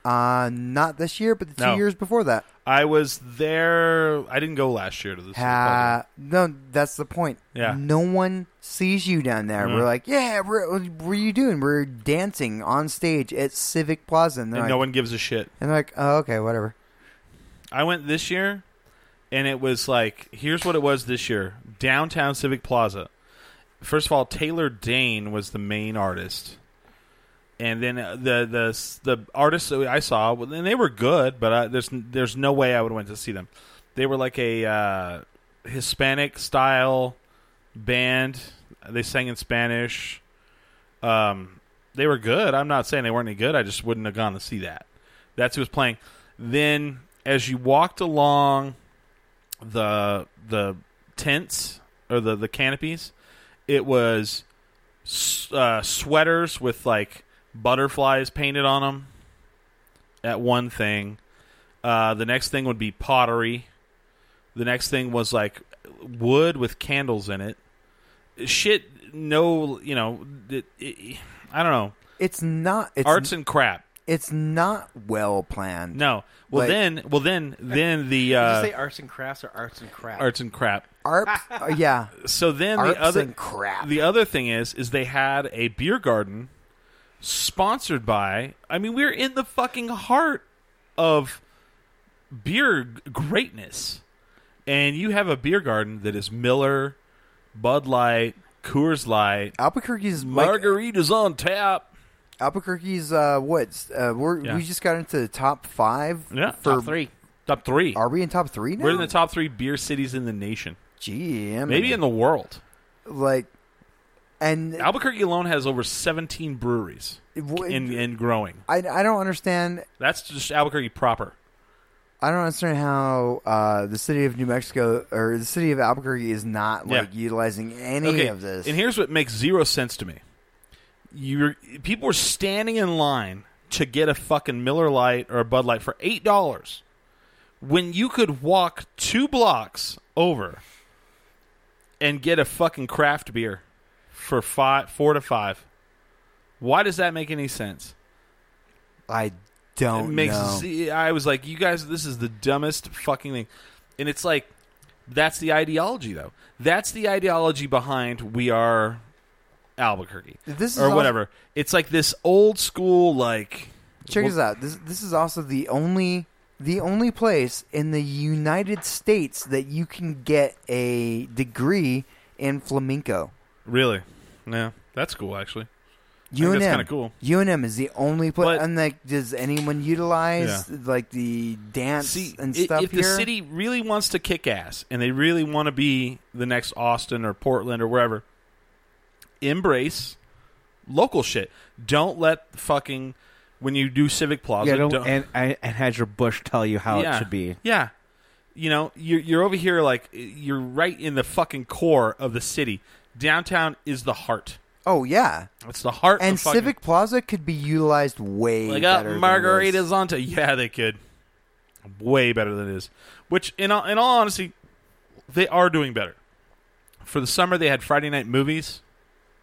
S4: Uh, not this year, but the two
S3: No.
S4: years before that.
S3: I was there. I didn't go last year to this.
S4: Ha- Uh, no, that's the point.
S3: Yeah.
S4: No one sees you down there.
S3: Uh-huh.
S4: We're like, yeah, we're, what are you doing? We're dancing on stage at Civic Plaza. And, they're
S3: and
S4: like,
S3: no one gives a shit.
S4: and they're like, oh, okay, whatever.
S3: I went this year, and it was like here's what it was this year: downtown Civic Plaza. First of all, Taylor Dane was the main artist, and then uh, the the the artists that I saw, well, and they were good, but I, there's there's no way I would have went to see them. They were like a uh, Hispanic style band. They sang in Spanish. Um, they were good. I'm not saying they weren't any good. I just wouldn't have gone to see that. That's who was playing. Then as you walked along the the tents or the the canopies, it was s- uh, sweaters with like butterflies painted on them. At one thing, uh, the next thing would be pottery. The next thing was like wood with candles in it. Shit, no, you know, it, it, I don't know.
S4: It's not. It's,
S3: Arts and crap.
S4: it's not well planned.
S3: No. Well,
S4: Like-
S3: then, well, then, then the
S7: Did
S3: uh,
S7: you say arts and crafts or arts and crafts?
S3: arts and crap.
S4: Arps, uh, yeah.
S3: So then
S4: Arps
S3: the other
S4: and crap.
S3: The other thing is, is they had a beer garden sponsored by. I mean, we're in the fucking heart of beer g- greatness, and you have a beer garden that is Miller, Bud Light, Coors Light,
S4: Albuquerque's like,
S3: margaritas on tap.
S4: Albuquerque's uh, woods. Uh, we're,
S3: Yeah.
S4: We just got into the top five.
S3: Yeah,
S4: for,
S3: top three. Top three.
S4: Are we in top three now?
S3: We're in the top three beer cities in the nation,
S4: Gee, I mean,
S3: maybe in the world.
S4: like, and
S3: Albuquerque alone has over 17 breweries in, in growing.
S4: I, I don't understand.
S3: That's just Albuquerque proper.
S4: I don't understand how uh, the city of New Mexico or the city of Albuquerque is not
S3: Yeah.
S4: like utilizing any
S3: okay.
S4: of this.
S3: And here's what makes zero sense to me. You're, people were standing in line to get a fucking Miller Lite or a Bud Light for $8 when you could walk two blocks over and get a fucking craft beer for five, four to five. Why does that make any sense?
S4: I don't
S7: Oh,
S3: it makes
S4: know.
S3: see, I was like, you guys, this is the dumbest fucking thing, and it's like that's the ideology though. That's the ideology behind we are Albuquerque
S4: This is
S3: or
S4: al-
S3: whatever. It's like this old school like
S4: Check
S3: well-
S4: this out. This this is also the only the only place in the United States that you can get a degree in flamenco.
S3: really. Yeah, that's cool actually.
S7: Oh,
S3: think
S4: UNM,
S3: that's kinda cool.
S4: UNM is the only place.
S3: But-
S4: and like, does anyone utilize
S3: Yeah.
S4: like the dance
S3: See,
S4: and
S3: i-
S4: stuff
S3: if
S4: here?
S3: the city really wants to kick ass and they really want to be the next Austin or Portland or wherever, embrace local shit. Don't let fucking when you do Civic Plaza,
S7: yeah, don't,
S3: don't-
S7: and and and had your Bush tell you how it should be.
S3: Yeah. You know, you're, you're over here like you're right in the fucking core of the city. Downtown is the heart.
S4: oh yeah,
S3: It's the heart.
S4: and
S3: of fucking,
S4: Civic Plaza could be utilized way
S3: Like up
S4: better. than this.
S3: margaritas onto yeah, they could way better than this. Which in all, in all honesty, they are doing better. For the summer, they had Friday night movies.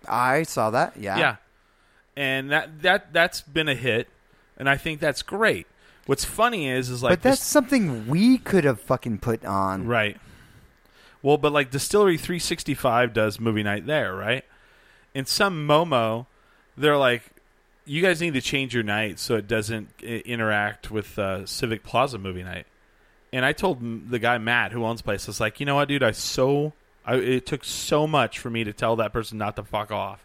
S4: I saw that. Yeah.
S3: Yeah, and that that that's been a hit, and I think that's great. What's funny is is like
S4: but that's
S3: this-
S4: something we could have fucking put on.
S3: Right. Well, but like Distillery 365 does movie night there, right? And some Momo, they're like, you guys need to change your night so it doesn't i- interact with uh, Civic Plaza movie night. And I told m- the guy Matt who owns the place, I was like, you know what, dude, I so I, it took so much for me to tell that person not to fuck off.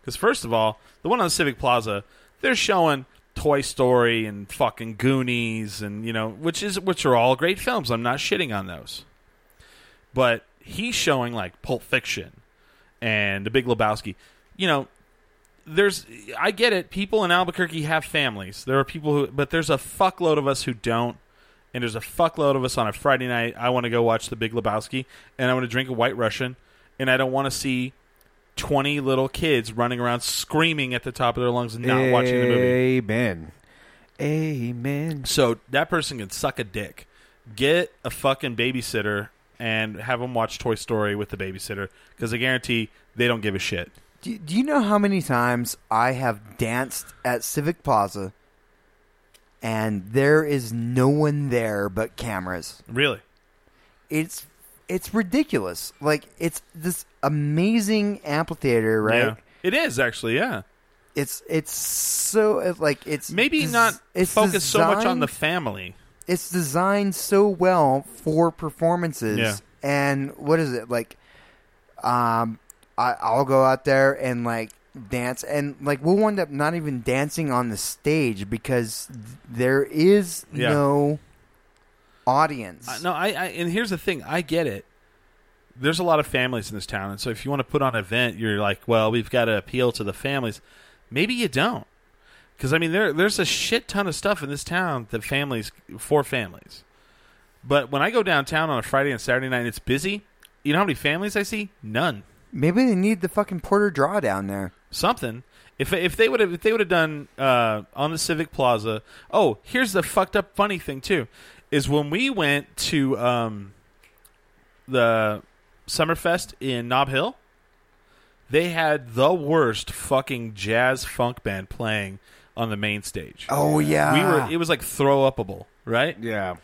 S3: Because first of all, the one on Civic Plaza, they're showing Toy Story and fucking Goonies, and you know, which is which are all great films. I'm not shitting on those, but he's showing like Pulp Fiction and The Big Lebowski. You know, there's I get it. People in Albuquerque have families. There are people who, but there's a fuckload of us who don't. And there's a fuckload of us on a Friday night. I want to go watch The Big Lebowski, and I want to drink a White Russian, and I don't want to see 20 little kids running around screaming at the top of their lungs and not watching the movie.
S7: Amen. Amen.
S3: So that person can suck a dick. Get a fucking babysitter and have them watch Toy Story with the babysitter because I guarantee they don't give a shit.
S4: Do, do you know how many times I have danced at Civic Plaza and there is no one there but cameras?
S3: Really?
S4: It's it's ridiculous. Like it's this amazing amphitheater, right?
S3: Yeah. It is actually, yeah.
S4: It's it's so it's like it's
S3: Maybe
S4: des-
S3: not
S4: it's
S3: focus so much on
S4: designed-
S3: the family.
S4: it's designed so well for performances.
S3: Yeah.
S4: And what is it like? Um, I, I'll go out there and like dance, and like we'll wind up not even dancing on the stage because th- there is
S3: Yeah.
S4: no audience.
S3: Uh, no, I, I and here's the thing. I get it. There's a lot of families in this town, and so if you want to put on an event, you're like, well, we've got to appeal to the families. Maybe you don't, because I mean, there there's a shit ton of stuff in this town that families for families. But when I go downtown on a Friday and Saturday night, and it's busy. You know how many families I see? None.
S4: Maybe they need the fucking Porter Draw down there.
S3: something. If if they would have if they would have done uh, on the Civic Plaza. Oh, here's the fucked up funny thing too, is when we went to um, the Summerfest in Knob Hill, they had the worst fucking jazz funk band playing on the main stage.
S4: Oh yeah,
S3: we were it was like throw upable, right?
S7: Yeah.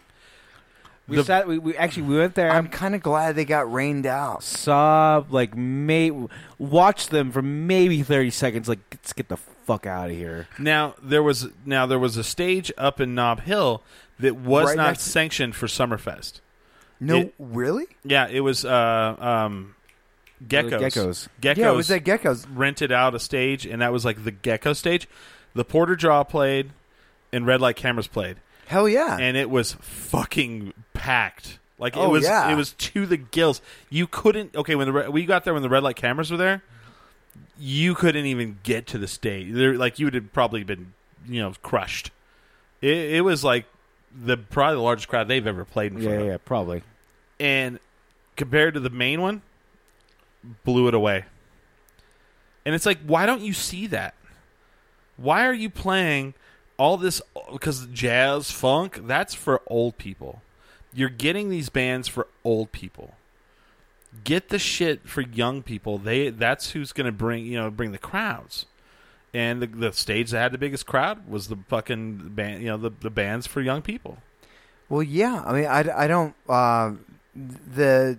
S7: We
S3: The-
S7: sat. We, we actually we went there.
S4: I'm kind of glad they got rained out.
S7: saw like may watched them for maybe thirty seconds. Like let's get the fuck out of here.
S3: Now there was now there was a stage up in Knob Hill that was
S4: Right
S3: not
S4: next to-
S3: sanctioned for Summerfest.
S4: No,
S3: It-
S4: really?
S3: Yeah, it was uh, um, geckos.
S7: Geckos.
S3: Geckos
S4: Yeah, it was at Gecko's.
S3: rented out a stage, and that was like the gecko stage. The Porter Draw played, and Red Light Cameras played,
S4: Hell yeah.
S3: and it was fucking packed. Like it
S4: Oh,
S3: was,
S4: yeah.
S3: it was to the gills. You couldn't. Okay, when the re- we got there, when the Red Light Cameras were there, you couldn't even get to the stage. There, like you would have probably been, you know, crushed. It, it was like the probably the largest crowd they've ever played in front
S7: Yeah,
S3: of.
S7: yeah, yeah, probably.
S3: and compared to the main one, blew it away. And it's like, why don't you see that? Why are you playing all this? Because jazz, funk, that's for old people. You're getting these bands for old people. Get the shit for young people. They that's who's going to bring you know bring the crowds. And the, the stage that had the biggest crowd was the fucking band, you know, the, the bands for young people.
S4: Well, yeah. I mean, I, I don't. Uh, the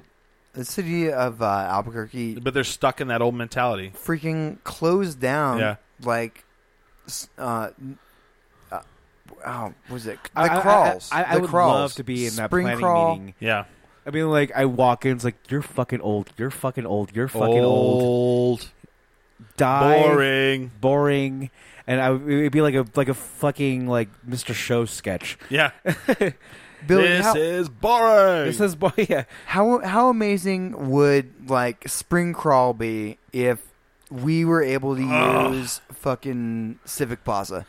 S4: the city of uh, Albuquerque
S3: But they're stuck in that old mentality.
S4: freaking closed down.
S3: Yeah.
S4: Like, s- uh, uh, oh, what was it the
S7: I- I- I-
S4: crawls?
S7: I, I,
S4: the
S7: would
S4: crawls.
S7: love to be in that
S4: Spring
S7: planning
S4: crawl.
S7: meeting.
S3: Yeah.
S7: I mean, like I walk in, it's like you're fucking old. You're fucking old. You're fucking old.
S3: old.
S7: Die.
S3: Oh, boring.
S7: Boring. And I, it'd be like a like a fucking like Mr. Show sketch.
S3: Yeah,
S4: Billy,
S3: this
S4: how,
S3: is boring.
S7: This is boy. Yeah.
S4: how how amazing would like spring crawl be if we were able to use fucking Civic Plaza?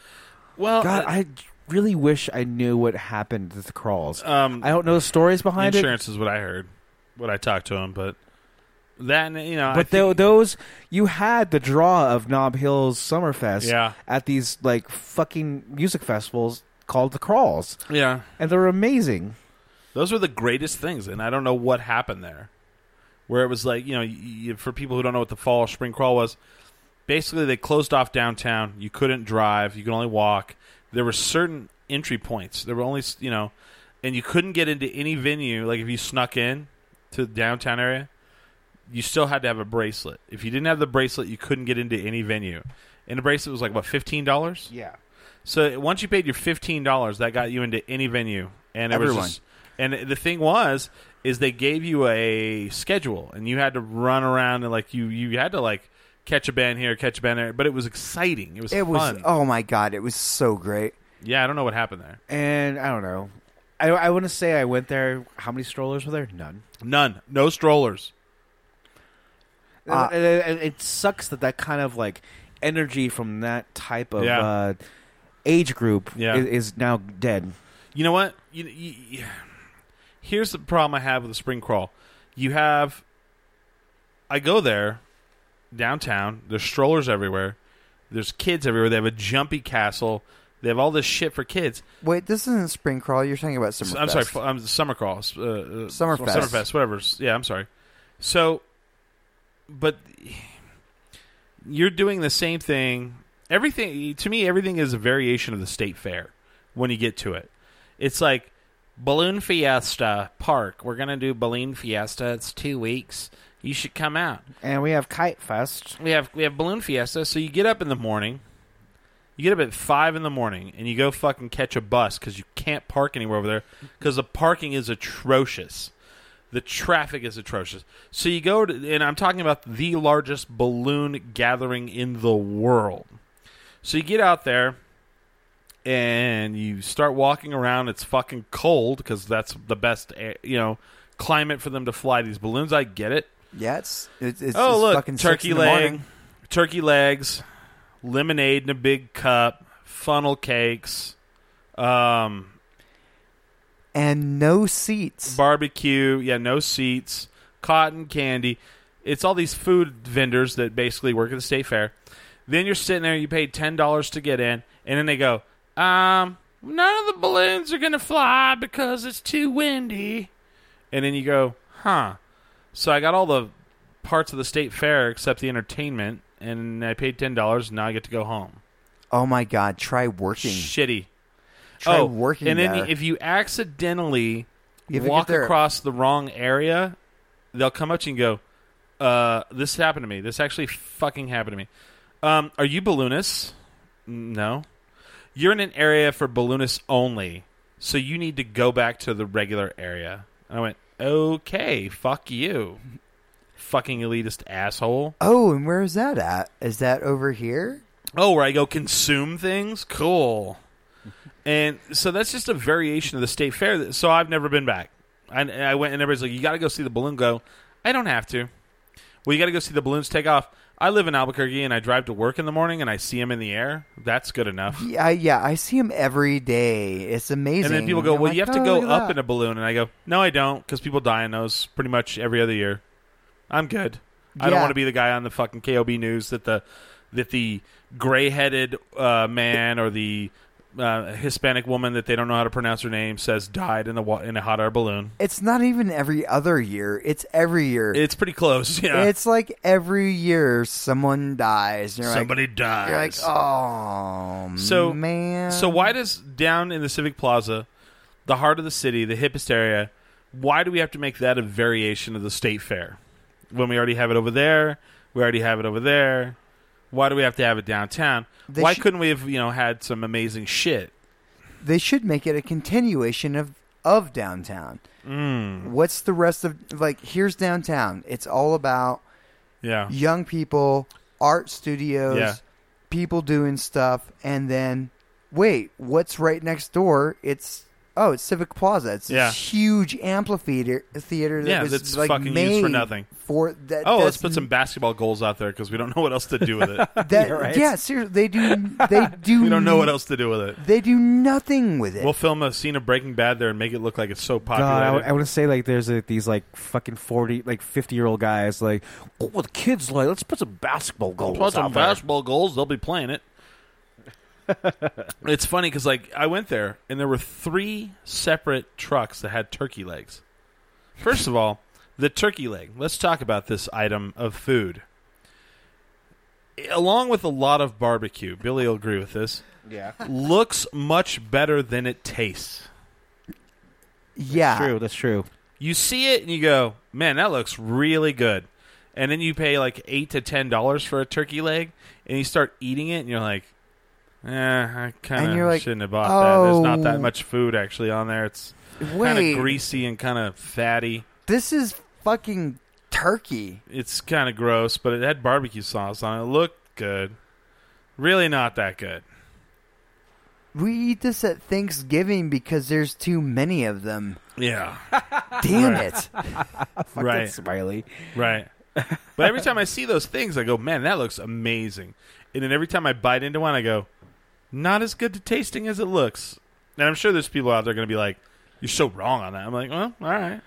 S3: well,
S7: God,
S3: uh,
S7: I really wish I knew what happened to the crawls.
S3: um,
S7: I don't know the stories behind it.
S3: insurance is what I heard, what I talked to him, but that and, you know, I
S7: But tho-
S3: think-
S7: those you had the draw of Knob Hill's Summerfest
S3: Yeah.
S7: at these like fucking music festivals called the Crawls,
S3: yeah,
S7: and they're amazing.
S3: those were the greatest things, and I don't know what happened there, where it was like you know, y y for people who don't know what the fall or spring crawl was, basically they closed off downtown. You couldn't drive. You could only walk. There were certain entry points. There were only s- you know, and you couldn't get into any venue. Like if you snuck in to the downtown area, you still had to have a bracelet. If you didn't have the bracelet, you couldn't get into any venue. And the bracelet was like what fifteen dollars.
S8: Yeah.
S3: So once you paid your fifteen dollars, that got you into any venue, and it
S2: Everyone.
S3: was just, and the thing was, is they gave you a schedule, and you had to run around and like you you had to like catch a band here, catch a band there, but it was exciting. It was
S2: It was.
S3: fun.
S2: Oh my god, it was so great.
S3: Yeah, I don't know what happened there.
S9: And I don't know. I, I want to say I went there. How many strollers were there? None.
S3: None. No strollers.
S2: Uh,
S9: And- and- and it sucks that that kind of like energy from that type of
S3: Yeah.
S9: uh, age group
S3: Yeah.
S9: is, is now dead.
S3: You know what? You, you, you- here's the problem I have with the spring crawl. You have, I go there, downtown. There's strollers everywhere. There's kids everywhere. They have a jumpy castle. They have all this shit for kids.
S2: Wait, this isn't spring crawl. You're talking about summer.
S3: I'm sorry, fu- um, summer crawl, s- uh, uh,
S2: Summerfest.
S3: Summerfest, whatever. S- Yeah, I'm sorry. So, but you're doing the same thing. Everything to me, everything is a variation of the state fair. When you get to it, it's like balloon fiesta park. We're gonna do balloon fiesta. It's two weeks. You should come out.
S9: And we have Kite Fest.
S3: We have we have balloon fiesta. So you get up in the morning. You get up at five in the morning and you go fucking catch a bus because you can't park anywhere over there because the parking is atrocious. The traffic is atrocious. So you go to, and I'm talking about the largest balloon gathering in the world. So you get out there and you start walking around. It's fucking cold because that's the best, eh, you know, climate for them to fly these balloons. I get it
S2: Yeah, it's it's, it's
S3: oh
S2: it's
S3: look,
S2: fucking six
S3: turkey
S2: in the
S3: leg,
S2: morning.
S3: turkey legs, lemonade in a big cup, funnel cakes, um,
S2: and no seats.
S3: barbecue. Yeah, no seats, cotton candy. It's all these food vendors that basically work at the state fair. Then you're sitting there. You paid ten dollars to get in, and then they go, um, none of the balloons are gonna fly because it's too windy. And then you go, huh? So I got all the parts of the state fair except the entertainment, and I paid ten dollars. and Now I get to go home.
S2: oh my god, try working.
S3: Shitty.
S2: Try
S3: oh,
S2: working
S3: and then
S2: there.
S3: if you accidentally
S2: You have to
S3: walk
S2: get there-
S3: across the wrong area, they'll come up to you and go, uh, "This happened to me. This actually fucking happened to me." Um, are you balloonists? No. You're in an area for balloonists only, so you need to go back to the regular area. And I went, "Okay, fuck you, fucking elitist asshole."
S2: Oh, and where is that at? Is that over here?
S3: Oh, where I go consume things? Cool. And so that's just a variation of the state fair. that- So I've never been back. I, I went and everybody's like, you got to go see the balloon go. I don't have to. Well, you got to go see the balloons take off. I live in Albuquerque and I drive to work in the morning and I see them in the air. That's good enough.
S2: Yeah, yeah, I see him every day. It's amazing.
S3: And then people go,
S2: I'm
S3: well,
S2: like,
S3: you have to
S2: "Oh,
S3: go
S2: look at
S3: up
S2: that."
S3: in a balloon. And I go, no, I don't, because people die in those pretty much every other year. I'm good. I don't
S2: Yeah.
S3: want to be the guy on the fucking KOB news that the that the gray headed uh, man or the uh, Hispanic woman that they don't know how to pronounce her name says died in the wa- in a hot air balloon.
S2: It's not even every other year. It's every year.
S3: It's pretty close. Yeah,
S2: It's like every year someone dies. You're
S3: somebody dies.
S2: Like, you're like, oh
S3: so
S2: man.
S3: so why does down in the civic plaza the heart of the city the hippest area why do we have to make that a variation of the state fair when we already have it over there we already have it over there why do we have to have it downtown
S2: They
S3: why
S2: should-
S3: couldn't we have you know had some amazing shit
S2: they should make it a continuation of of downtown.
S3: Mm.
S2: What's the rest of like? Here's downtown. It's all about
S3: yeah
S2: young people, art studios,
S3: Yeah.
S2: people doing stuff, and then wait, what's right next door? It's oh, it's Civic Plaza. It's
S3: Yeah.
S2: this huge amphitheater theater that
S3: Yeah,
S2: was
S3: that's
S2: like
S3: fucking
S2: made
S3: used for nothing.
S2: For that,
S3: oh let's
S2: that's-
S3: put some basketball goals out there because we don't know what else to do with it
S2: that, yeah. Seriously, they do. They do.
S3: we don't know what else to do with it
S2: They do nothing with it.
S3: we'll film a scene of breaking bad there and make it look like it's so popular
S9: God, Uh, I, want to say like there's like these like fucking forty like fifty year old guys like what were the kids like? Let's put some basketball goals.
S3: Plus some
S9: out there."
S3: basketball goals, they'll be playing it. it's funny because like I went there and there were three separate trucks that had turkey legs. First of all, the turkey leg. Let's talk about this item of food. Along with a lot of barbecue, Billy will agree with this. Yeah, looks much better than it tastes.
S2: yeah,
S9: True, that's true.
S3: You see it and you go, "Man, that looks really good." and then you pay like eight to ten dollars for a turkey leg, and you start eating it, and you're like, eh, I
S4: And
S3: kind of
S4: you're like,
S3: shouldn't have bought that. There's not
S4: "Oh."
S3: that much food actually on there. It's kind
S4: Wait.
S3: of greasy and kind of fatty.
S4: This is fucking turkey.
S3: It's kind of gross, but it had barbecue sauce on it. It looked good. Really not that good.
S4: We eat this at Thanksgiving because there's too many of them.
S3: Yeah.
S4: Damn
S3: Right.
S4: it.
S3: right.
S2: Smiley.
S3: Right. But every time I see those things, I go, man, that looks amazing. And then every time I bite into one, I go, not as good to tasting as it looks. And I'm sure there's people out there going to be like, you're so wrong on that. I'm like, well, all right.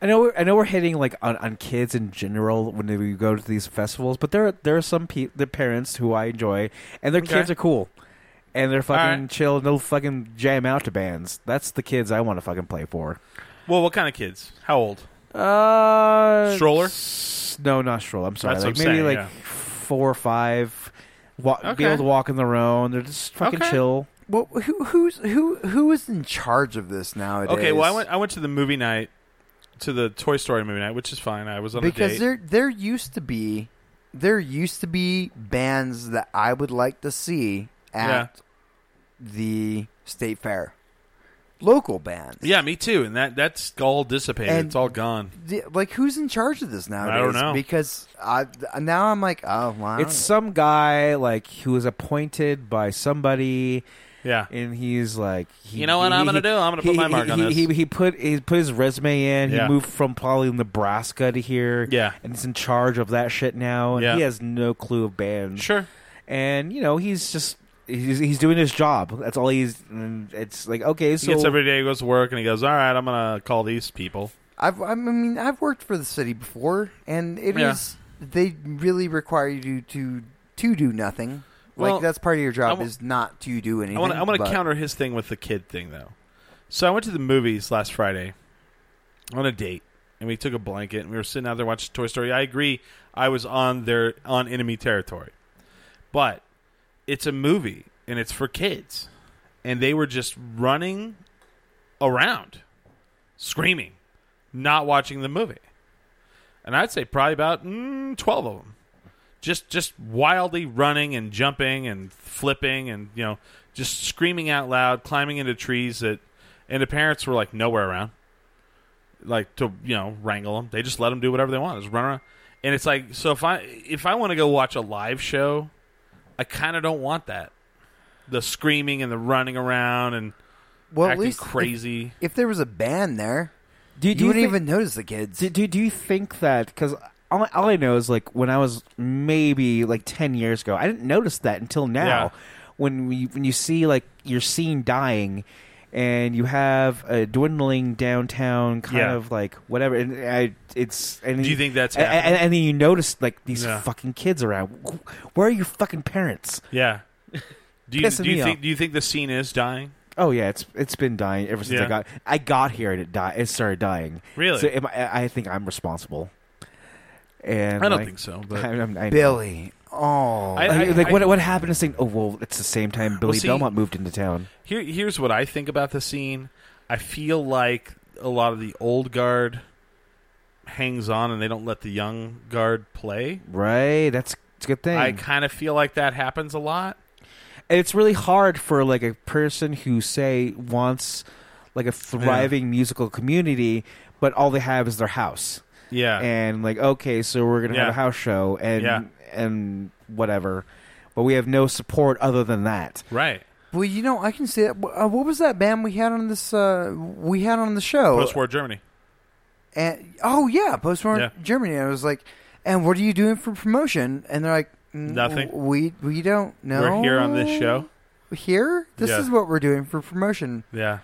S2: I know we're, I know we're hitting like on, on kids in general when we go to these festivals, but there there are some pe- the parents who I enjoy and their
S3: Okay.
S2: kids are cool. And they're fucking
S3: right.
S2: chill and they'll fucking jam out to bands. That's the kids I want to fucking play for.
S3: Well, what kind of kids? How old?
S2: Uh
S3: Stroller?
S2: s- No, not stroller. I'm sorry.
S3: That's
S2: like
S3: what I'm
S2: maybe
S3: saying,
S2: like
S3: yeah.
S2: four or five wa-
S3: Okay.
S2: be able to walk on their own. They're just fucking
S3: Okay.
S2: chill.
S4: Well, who who's who who is in charge of this nowadays?
S3: Okay, well, I went, I went to the movie night, to the Toy Story movie night, which is fine. I was on a
S4: because
S3: date.
S4: there there used to be there used to be bands that I would like to see at
S3: Yeah.
S4: the state fair, local bands.
S3: yeah, me too. And that that's all dissipated.
S4: And-
S3: it's all gone.
S4: The- Like who's in charge of this nowadays?
S3: don't know.
S4: because I now I'm like oh wow
S2: It's some guy like who was appointed by somebody
S3: Yeah.
S2: and he's like, he-
S3: You know what
S2: he-
S3: I'm gonna do? I'm gonna put
S2: he-
S3: my mark
S2: he,
S3: on this.
S2: He, he put he put his resume in.
S3: Yeah.
S2: He moved from probably Nebraska to here.
S3: Yeah.
S2: and he's in charge of that shit now. And
S3: Yeah.
S2: he has no clue of bands.
S3: Sure.
S2: and you know he's just he's, he's doing his job. That's all he's. And it's like okay,
S3: He
S2: so
S3: gets up every day, goes to work, and he goes, all right, I'm going to call these people.
S4: I've I mean I've worked for the city before, and it is
S3: Yeah.
S4: they really require you to to, to do nothing.
S3: Well,
S4: like that's part of your
S3: I
S4: job
S3: wa-
S4: is not to do anything.
S3: I want to I want
S4: but-
S3: to counter his thing with the kid thing though. So I went to the movies last Friday on a date, and we took a blanket and we were sitting out there watching Toy Story. I agree, I was on their on enemy territory, but it's a movie and it's for kids, and they were just running around, screaming, not watching the movie, and I'd say probably about mm, twelve of them just just wildly running and jumping and flipping and you know just screaming out loud climbing into trees that and the parents were like nowhere around like to you know wrangle them they just let them do whatever they want just run around and it's like so if i if i want to go watch a live show i kind of don't want that the screaming and the running around and
S4: well,
S3: acting crazy
S4: If, if there was a band there,
S2: do,
S4: you,
S2: do
S4: wouldn't
S2: think-
S4: even notice the kids.
S2: Do, do, do you think that because all, all I know is like when I was maybe like ten years ago, I didn't notice that until now.
S3: Yeah.
S2: When we when you see like your scene dying, and you have a dwindling downtown kind
S3: Yeah.
S2: of like whatever, and I it's and
S3: Do you think that's
S2: and, and,
S3: happening?
S2: and then you notice like these
S3: Yeah.
S2: fucking kids around. Where are your fucking parents?
S3: yeah do you,
S2: Pissing
S3: do you
S2: me
S3: think
S2: off.
S3: do you think the scene is dying
S2: Oh yeah, it's it's been dying ever since I
S3: Yeah.
S2: got I got here and it died. It started dying.
S3: Really?
S2: So am I, I think I'm responsible. And
S3: I don't
S2: like-
S3: think so, but-
S2: I, I'm- I-
S4: Billy, oh,
S3: I-
S2: Like, like, what
S3: I-
S2: what happened to saying? Oh well, it's the same time Billy
S3: see-
S2: Belmont moved into town.
S3: Here, here's what I think about the scene. I feel like a lot of the old guard hangs on, and they don't let the young guard play.
S2: Right, that's it's a good thing.
S3: I kind of feel like that happens a lot.
S2: and it's really hard for like a person who say wants like a thriving musical community, but all they have is their house.
S3: Yeah,
S2: and like okay so we're gonna have
S3: Yeah.
S2: a house show and
S3: Yeah.
S2: and whatever but we have no support other than that
S3: right.
S4: well, you know, I can see that. Uh, what was that band we had on this? Uh, we had on the show.
S3: Post-war Germany.
S4: And oh yeah, postmodern
S3: Yeah.
S4: Germany. And I was like, and what are you doing for promotion? And they're like, "Mm,
S3: Nothing.
S4: w- We we don't know.
S2: Oh.
S3: We're here on this show.
S4: Here, this
S3: Yeah.
S4: is what we're doing for promotion.
S3: Yeah,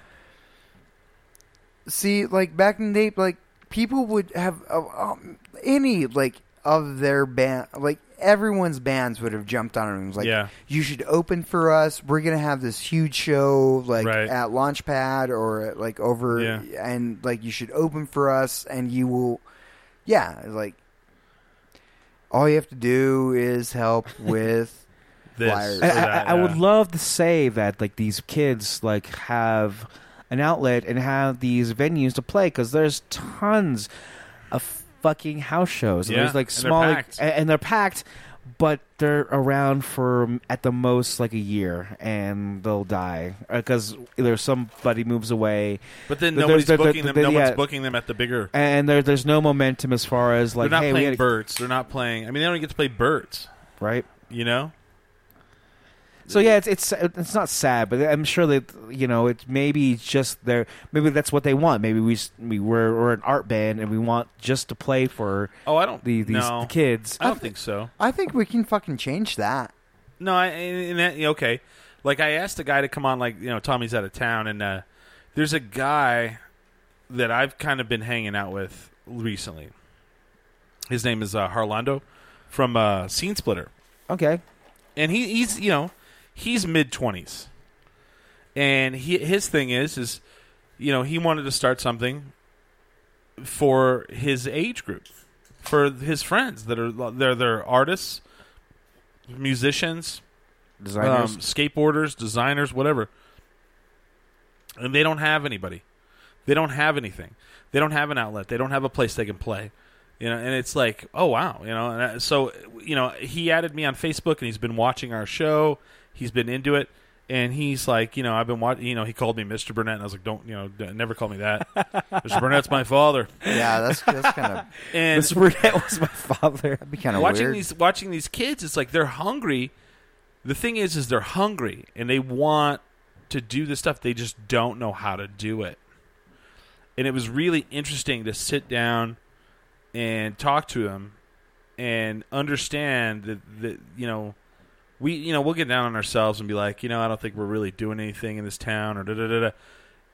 S4: See, like back in the day, like people would have uh, um, any like of their band, like everyone's bands would have jumped on it and was like,
S3: Yeah.
S4: you should open for us. We're gonna have this huge show, like
S3: Right.
S4: at Launchpad or like over,
S3: Yeah.
S4: and like you should open for us, and you will, yeah, like all you have to do is help with.
S3: this.
S4: Flyers.
S3: or
S2: I, I-
S3: that,
S2: I would
S3: yeah.
S2: love to say that like these kids like have an outlet and have these venues to play because there's tons of fucking house shows. And
S3: Yeah,
S2: there's like
S3: and they're
S2: small,
S3: packed.
S2: a- and, they're packed, but they're around for um, at the most like a year, and they'll die because either somebody moves away.
S3: But then
S2: There-
S3: nobody's
S2: there- there-
S3: booking them.
S2: there-
S3: no
S2: yeah.
S3: one's booking them at the bigger.
S2: and there, there's no momentum as far as like
S3: they're not
S2: hey, we
S3: playing
S2: gotta-
S3: birds. They're not playing. I mean, they don't get to play birds,
S2: right?
S3: you know?
S2: So yeah, it's it's it's not sad, but I'm sure that you know it's maybe just their maybe that's what they want. Maybe we s- we we're, we're an art band and we want just to play for
S3: Oh, I don't.
S2: the these
S3: no.
S2: the kids.
S3: I don't think so.
S4: I think we can fucking change that.
S3: No, I and that, yeah, okay. Like I asked a guy to come on, like you know, Tommy's out of town, and uh, there's a guy that I've kind of been hanging out with recently. His name is uh, Harlando from uh, Scene Splitter,
S2: Okay,
S3: and he, he's you know he's mid twenties, and he his thing is is you know he wanted to start something for his age group, for his friends that are they're they're artists, musicians,
S2: designers.
S3: um, skateboarders, designers, whatever. And they don't have anybody. They don't have anything. They don't have an outlet. They don't have a place they can play. You know, and it's like, oh wow, you know. And I- so, you know, he added me on Facebook, and he's been watching our show. He's been into it, and he's like, you know, I've been watching. You know, he called me Mr. Burnett, and I was like, don't, you know, d- never call me that. Mr. Burnett's my father.
S4: Yeah, that's that's kind of
S3: And
S2: Mr. Burnett was my father.
S4: that'd be kind of
S3: watching
S4: weird.
S3: these watching these kids it's like they're hungry the thing is is they're hungry and they want to do this stuff they just don't know how to do it and it was really interesting to sit down and talk to them and understand that, that you know we you know we'll get down on ourselves and be like you know I don't think we're really doing anything in this town or da da da da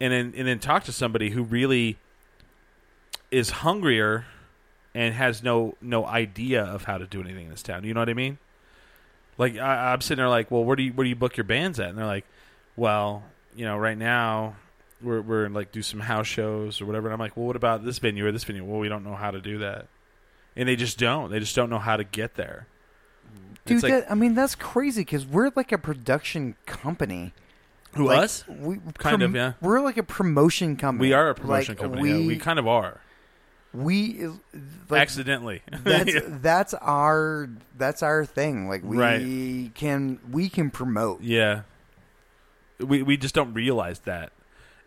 S3: and then and then talk to somebody who really is hungrier and has no no idea of how to do anything in this town. You know what I mean? Like I, I'm sitting there like, well, where do you where do you book your bands at? And they're like, well, you know, right now we're we're like do some house shows or whatever. And I'm like, well, what about this venue or this venue? Well, we don't know how to do that, and they just don't. They just don't know how to get there.
S4: Dude,
S3: it's like-
S4: that, I mean that's crazy because we're like a production company.
S3: Who
S4: Like,
S3: us?
S4: We
S3: Kind of, yeah.
S4: We're like a promotion company.
S3: We are a promotion
S4: Like,
S3: company.
S4: We
S3: yeah. we kind of are
S4: we like,
S3: accidentally.
S4: that's
S3: Yeah.
S4: that's our that's our thing. Like we
S3: Right.
S4: can we can promote.
S3: Yeah. We we just don't realize that.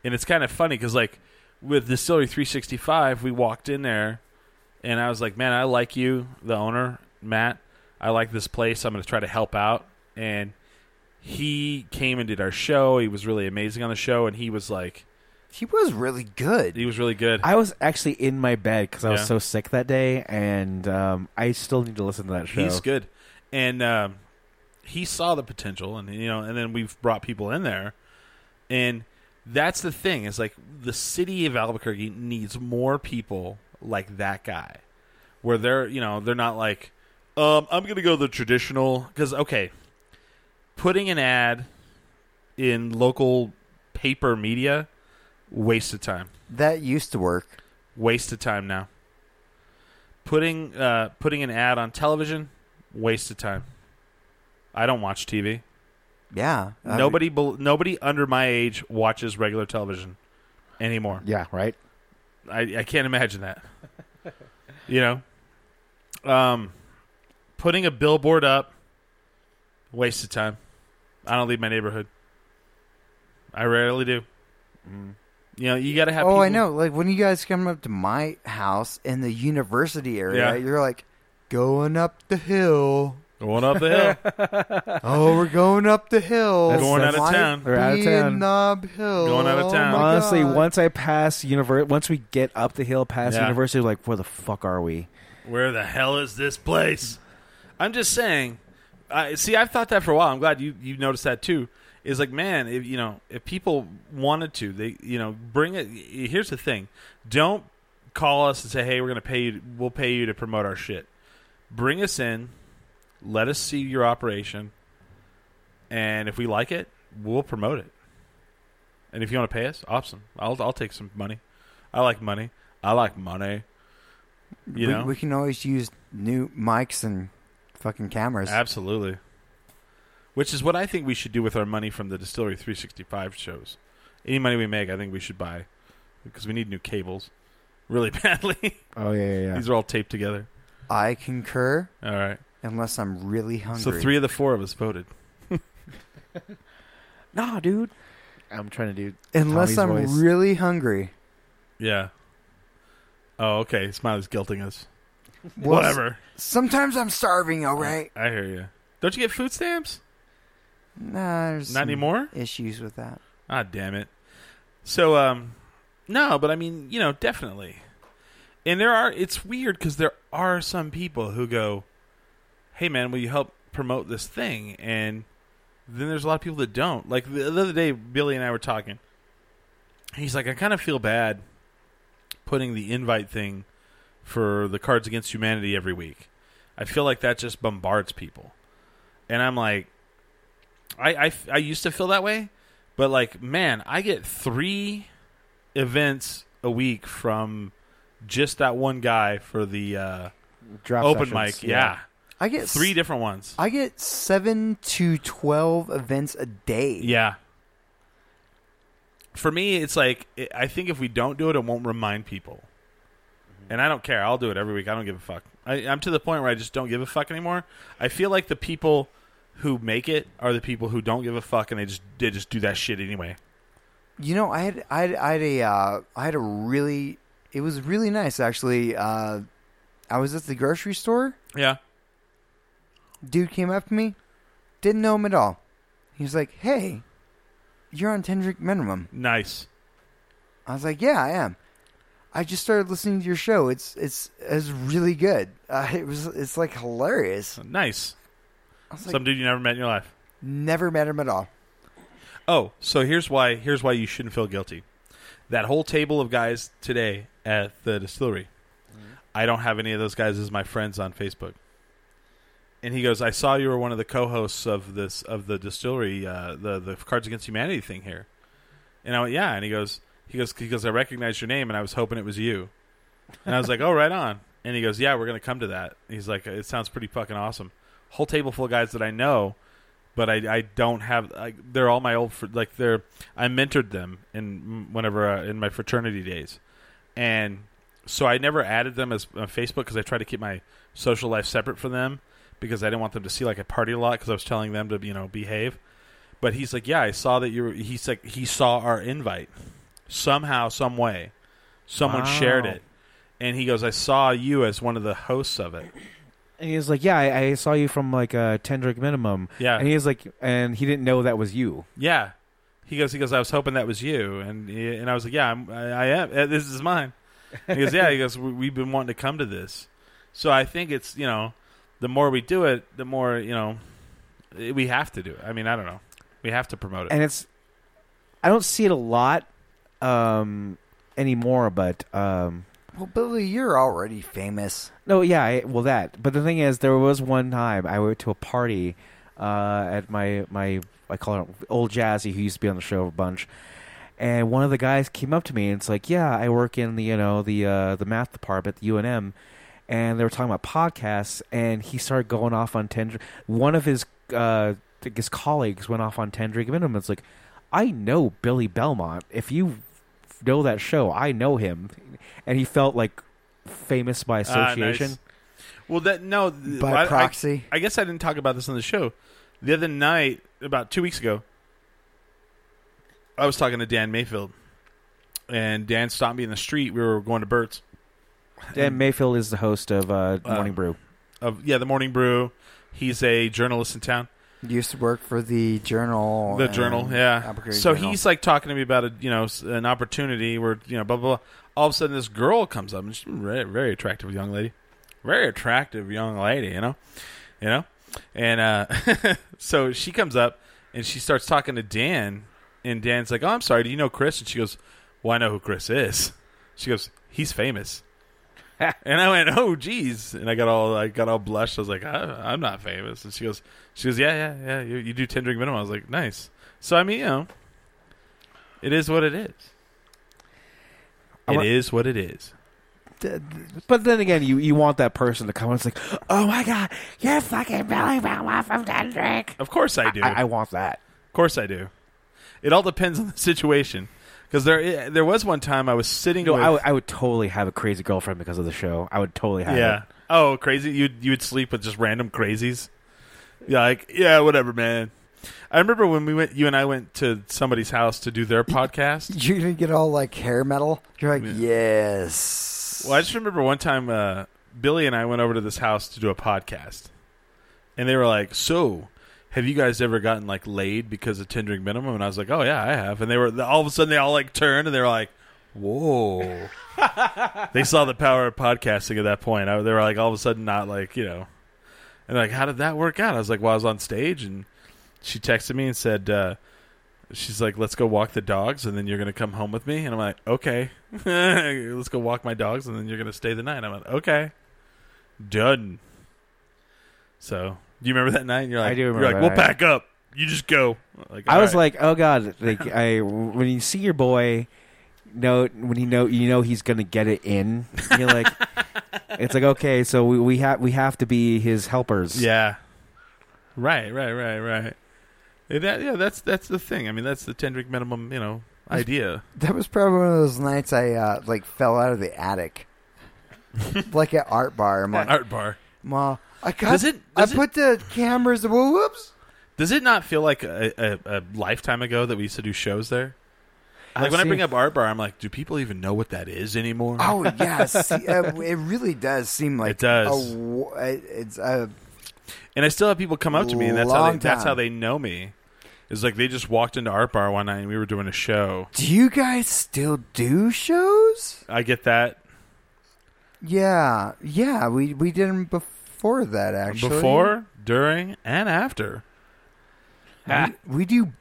S3: And it's kind of funny cuz like with Distillery 365, we walked in there and I was like, "Man, I like you, the owner, Matt. I like this place. I'm going to try to help out." And he came and did our show. He was really amazing on the show and he was like
S4: He was really good.
S3: he was really good.
S2: I was actually in my bed because I was
S3: Yeah.
S2: so sick that day, and um, I still need to listen to that show.
S3: He's good, and um, he saw the potential, and you know, and then we've brought people in there, and that's the thing is like the city of Albuquerque needs more people like that guy, where they're you know they're not like, um, I'm gonna go the traditional because okay, putting an ad in local paper media, waste of time
S4: That used to work.
S3: waste of time now. Putting uh, putting an ad on television, waste of time. I don't watch TV.
S4: Yeah. I
S3: nobody bel nobody under my age watches regular television anymore.
S2: Yeah, right.
S3: I, I can't imagine that. you know, um, putting a billboard up, waste of time. I don't leave my neighborhood. I rarely do. Mm-hmm. You know, you got to have.
S4: mean, oh, I
S3: people-
S4: know. Like when you guys come up to my house in the university area,
S3: Yeah.
S4: you're like going up the hill.
S3: Going up the hill.
S4: Oh, we're going up the hill.
S2: That's- Going
S3: out of
S4: Might
S3: town.
S2: We're out of
S4: be
S2: town.
S4: Knob Hill.
S3: Going out of
S4: Oh
S3: town.
S4: my
S2: Honestly,
S4: God.
S2: once I pass universe, once we get up the hill past
S3: Yeah.
S2: university, like where the fuck are we?
S3: Where the hell is this place? I'm just saying. I see. I've thought that for a while. I'm glad you you noticed that too. Is like, man, if you know, if people wanted to, they you know, bring it. Here's the thing: don't call us and say, "Hey, we're gonna pay you. We'll pay you to promote our shit." Bring us in. Let us see your operation, and if we like it, we'll promote it. And if you want to pay us, awesome. I'll I'll take some money. I like money. I like money. You
S4: we,
S3: know,
S4: we can always use new mics and fucking cameras.
S3: Absolutely. Which is what I think we should do with our money from the Distillery 365 shows. Any money we make, I think we should buy because we need new cables really badly.
S4: Oh, yeah, yeah, yeah.
S3: These are all taped together.
S4: I concur.
S3: All right.
S4: Unless I'm really hungry.
S3: So three of the four of us voted.
S2: Nah, dude. I'm trying to do.
S4: Unless
S2: Tommy's
S4: I'm
S2: voice.
S4: really hungry.
S3: Yeah. Oh, okay. Smiley's guilting us.
S4: Well,
S3: Whatever.
S4: s- Sometimes I'm starving, all right?
S3: I hear you. Don't you get food stamps?
S4: Nah, there's
S3: Not e-
S4: some
S3: anymore?
S4: Issues with that.
S3: Ah, damn it. So, um, no, but I mean, you know, definitely. And there are, it's weird because there are some people who go, hey, man, will you help promote this thing? And then there's a lot of people that don't. Like the, the other day, Billy and I were talking. He's like, I kind of feel bad putting the invite thing for the Cards Against Humanity every week. I feel like that just bombards people. And I'm like, I, I, I used to feel that way, but like, man, I get three events a week from just that one guy for the uh,
S2: Drop
S3: open
S2: sessions,
S3: mic. Yeah.
S4: I get
S3: Three
S4: s-
S3: different ones.
S4: I get seven to twelve events a day.
S3: Yeah. For me, it's like it, I think if we don't do it, it won't remind people. And I don't care. I'll do it every week. I don't give a fuck. I, I'm to the point where I just don't give a fuck anymore. I feel like the people who make it are the people who don't give a fuck, and they just they just do that shit anyway.
S4: You know, I had I had, I had a uh, I had a really it was really nice actually. Uh, I was at the grocery store.
S3: Yeah.
S4: Dude came up to me, didn't know him at all. He was like, "Hey, you're on ten drink minimum."
S3: Nice.
S4: I was like, "Yeah, I am." I just started listening to your show. It's it's it's really good. Uh, it was it's like hilarious.
S3: Nice.
S4: I was like,
S3: Some dude you never met in your life.
S4: never met him at all.
S3: Oh, so here's why here's why you shouldn't feel guilty. That whole table of guys today at the distillery.
S4: Mm-hmm.
S3: I don't have any of those guys as my friends on Facebook. And he goes, "I saw you were one of the co-hosts of this of the distillery uh, the the Cards Against Humanity thing here." And I went, "Yeah." And he goes, he goes he goes, "I recognized your name and I was hoping it was you." And I was like, "Oh, right on." And he goes, "Yeah, we're going to come to that." He's like, "It sounds pretty fucking awesome." Whole table full of guys that I know but I, I don't have I, they're all my old fr- like they're I mentored them in whenever uh, in my fraternity days, and so I never added them as on Facebook because I tried to keep my social life separate from them because I didn't want them to see like I party a lot because I was telling them to you know behave. But he's like, yeah, I saw that you. Were, he's like, he saw our invite somehow, some way, someone
S2: Wow.
S3: shared it, and he goes, I saw you as one of the hosts of it.
S2: And he was like, "Yeah, I, I saw you from like a ten drink minimum."
S3: Yeah.
S2: and he was like, and he didn't know that was you.
S3: Yeah. He goes, he goes, I was hoping that was you. And he, and I was like, yeah, I'm, I, I am. Uh, This is mine. He goes, yeah. He goes, we, we've been wanting to come to this. So I think it's, you know, the more we do it, the more, you know, eh, we have to do it. I mean, I don't know. We have to promote it.
S2: and it's I don't see it a lot um, anymore, but um,
S4: Well, Billy, you're already famous.
S2: no, yeah, I, well that. But the thing is, there was one time I went to a party uh, at my my I call her old Jazzy, who used to be on the show a bunch, and one of the guys came up to me and it's like, yeah, I work in the you know the uh, the math department, the UNM, and they were talking about podcasts, and he started going off on Tendrick. One of his uh, I think his colleagues went off on Tendrick Minimum. It's like, I know Billy Belmont. If you know that show, I know him, and he felt like famous by
S3: Ah, nice.
S2: association.
S3: Well, that no th-
S4: By
S3: I- I-
S4: proxy.
S3: I, guess I didn't talk about this on the show. The other night, about two weeks ago, I was talking to Dan Mayfield, and Dan stopped me in the street. We were going to Burt's,
S2: Dan Mayfield is the host of uh, Morning Brew.
S3: of yeah the morning brew he's a journalist in town
S4: Used to work for the Journal.
S3: the
S4: and
S3: journal yeah
S4: Albuquerque
S3: so
S4: Journal.
S3: he's like talking to me about a you know s- an opportunity where you know blah blah blah all of a sudden this girl comes up and she's a very, very attractive young lady very attractive young lady you know you know and uh so she comes up and she starts talking to dan and dan's like oh i'm sorry do you know chris and she goes well i know who chris is she goes he's famous and I went, "Oh, geez!" And I got all, I got all blushed. I was like, I, "I'm not famous." And she goes, "She goes, yeah, yeah, yeah. You, you do ten drink minimum." I was like, "Nice." So I mean, you know, it is what it is.
S2: I
S3: It
S2: wa-
S3: is what it is.
S2: But then again, you, you want that person to come. It's like, oh my god, you're fucking Billy Belmont from Tendrick.
S3: Of course I do.
S2: I, I want that.
S3: of course I do. It all depends on the situation. Because there, there was one time I was sitting.
S10: No,
S3: with,
S10: I would- I would totally have a crazy girlfriend because of the show. I would totally have.
S3: yeah.
S10: it.
S3: Oh, crazy! You you would sleep with just random crazies. Yeah, like yeah, whatever, man. I remember when we went, you and I went to somebody's house to do their podcast.
S2: You're gonna get all like hair metal. You're like, yes.
S3: Well, I just remember one time uh, Billy and I went over to this house to do a podcast, and they were like, "So, have you guys ever gotten like laid because of tendering minimum?" And I was like, "Oh yeah, I have." And they were all of a sudden they all like turned and they were like, "Whoa!" they saw the power of podcasting at that point. I, they were like all of a sudden not like you know, and they're like, "How did that work out?" I was like, "Well, I was on stage and she texted me and said." Uh, She's like, let's go walk the dogs, and then you're gonna come home with me. And I'm like, okay, let's go walk my dogs, and then you're gonna stay the night. I'm like, okay, done. So, do you remember that night? And you're like,
S10: I do
S3: you're
S10: remember
S3: like,
S10: that
S3: we'll
S10: night.
S3: pack up. You just go. Like,
S10: I was
S3: all right.
S10: like, oh god, like I when you see your boy, know when you know you know he's gonna get it in. You're like, it's like okay, so we, we have we have to be his helpers.
S3: yeah, right, right, right, right. Yeah, that- yeah, that's that's the thing. I mean, that's the ten drink minimum, you know, idea.
S2: That was probably one of those nights I uh, like fell out of the attic, like at art bar. I'm like,
S3: Art bar.
S2: Ma, I got.
S3: Does it- does
S2: I
S3: it-
S2: put the cameras. Whoops.
S3: Does it not feel like a, a, a lifetime ago that we used to do shows there? Like
S10: I've
S3: when I
S10: seen-
S3: bring up Art Bar, I'm like, do people even know what that is anymore?
S2: Oh yeah, see, uh, it really does seem like
S3: It does.
S2: a w- it- it's a
S3: And I still have people come up to me, and that's how they,
S2: Long
S3: that's
S2: time.
S3: how they know me. It's like they just walked into Art Bar one night, and we were doing a show.
S2: Do you guys still do shows?
S3: I get that
S2: Yeah, yeah. We we did them before that actually.
S3: before, during, and after.
S2: we, we do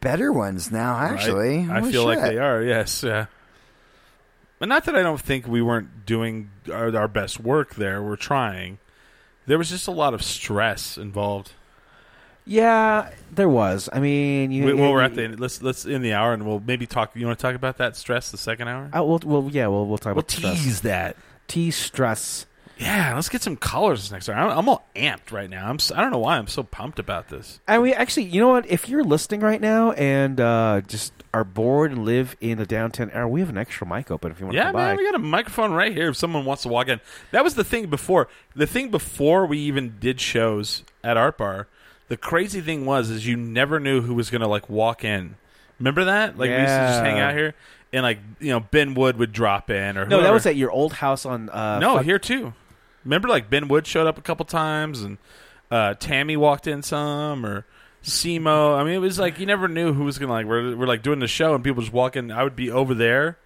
S2: better ones now. Ah. Actually,
S3: I, I
S2: Holy
S3: feel like
S2: shit.
S3: they are. Yes, yeah. But not that I don't think we weren't doing our, our best work there. We're trying. There was just a lot of stress involved.
S10: yeah, there was. I mean, you,
S3: We, well,
S10: you-
S3: we're at the end. Let's let's end the hour, and we'll maybe talk. You want to talk about that stress the second hour?
S10: I, we'll, we'll yeah, we'll we'll talk
S3: We'll
S10: about stress.
S3: tease that.
S10: Tease stress.
S3: Yeah, let's get some callers this next hour. I'm, I'm all amped right now. I'm s- I don't know why I'm so pumped about this.
S10: I mean, actually, you know what? If you're listening right now and uh, just are bored and live in the downtown area, we have an extra mic open if you want to
S3: Yeah,
S10: come
S3: man,
S10: by.
S3: we got a microphone right here if someone wants to walk in. That was the thing before. The thing before we even did shows at Art Bar, the crazy thing was is you never knew who was going to like walk in. Remember that? Like we used to just hang
S10: Yeah.
S3: out here and like, you know, Ben Wood would drop in or
S10: no, that
S3: whoever.
S10: was at your old house on. Uh,
S3: No,
S10: fuck-
S3: here too. Remember, like Ben Wood showed up a couple times, and uh, Tammy walked in some, or Semo. I mean, it was like you never knew who was gonna like. We're, we're like doing the show, and people just walk in. I would be over there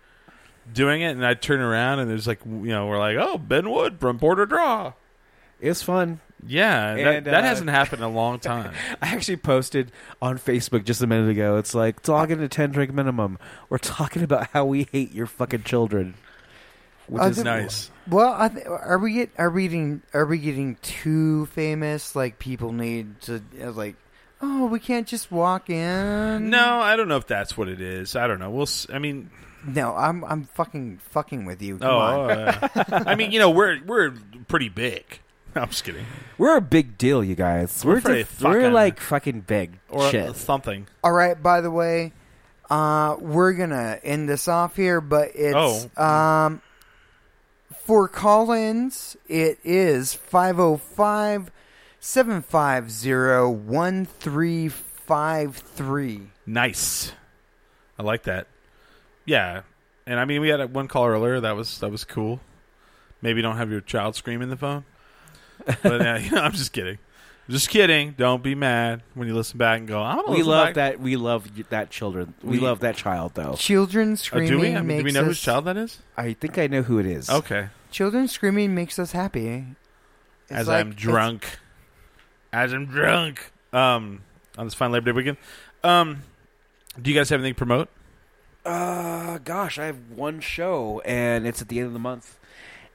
S3: doing it, and I'd turn around, and there's like you know, we're like, oh, Ben Wood from Border Draw.
S10: it's fun.
S3: Yeah, that,
S10: And,
S3: that
S10: uh,
S3: hasn't happened in a long time.
S10: I actually posted on Facebook just a minute ago. It's like talking to ten drink minimum. We're talking about how we hate your fucking children, which
S2: Uh,
S10: is
S2: the-
S3: nice.
S2: Well, I th- are we get are we getting are we getting too famous? Like people need to uh, like, oh, we can't just walk in.
S3: No, I don't know if that's what it is. I don't know. We'll. s- I mean,
S2: no, I'm I'm fucking fucking with you. Come
S3: oh,
S2: on.
S3: uh, I mean, you know, we're we're pretty big. I'm just kidding,
S10: we're a big deal, you guys. We're
S3: pretty
S10: just- we're
S3: fucking-
S10: like fucking big
S3: or
S10: shit.
S3: something.
S2: All right. By the way, uh, we're gonna end this off here, but it's
S3: Oh.
S2: um, for Collins, it is 505 750 1353.
S3: Nice. I like that. Yeah. And I mean we had one call earlier that was that was cool. Maybe don't have your child scream in the phone. But uh, you know, I'm just kidding. Just kidding. Don't be mad when you listen back and go, I don't
S10: We love that. We love y- that children. We,
S3: We-
S10: love that child, though.
S2: Children
S3: Uh,
S2: screaming
S3: do we? I mean,
S2: makes
S3: do we know
S2: us,
S3: whose child Oh. that is?
S10: I think I know who it is.
S3: Okay.
S2: Children screaming makes us happy. It's
S3: As
S2: like-
S3: I'm drunk. As I'm drunk. Um on this fine Labor Day weekend. Um do you guys have anything to promote?
S10: Uh, gosh, I have one show, and it's at the end of the month.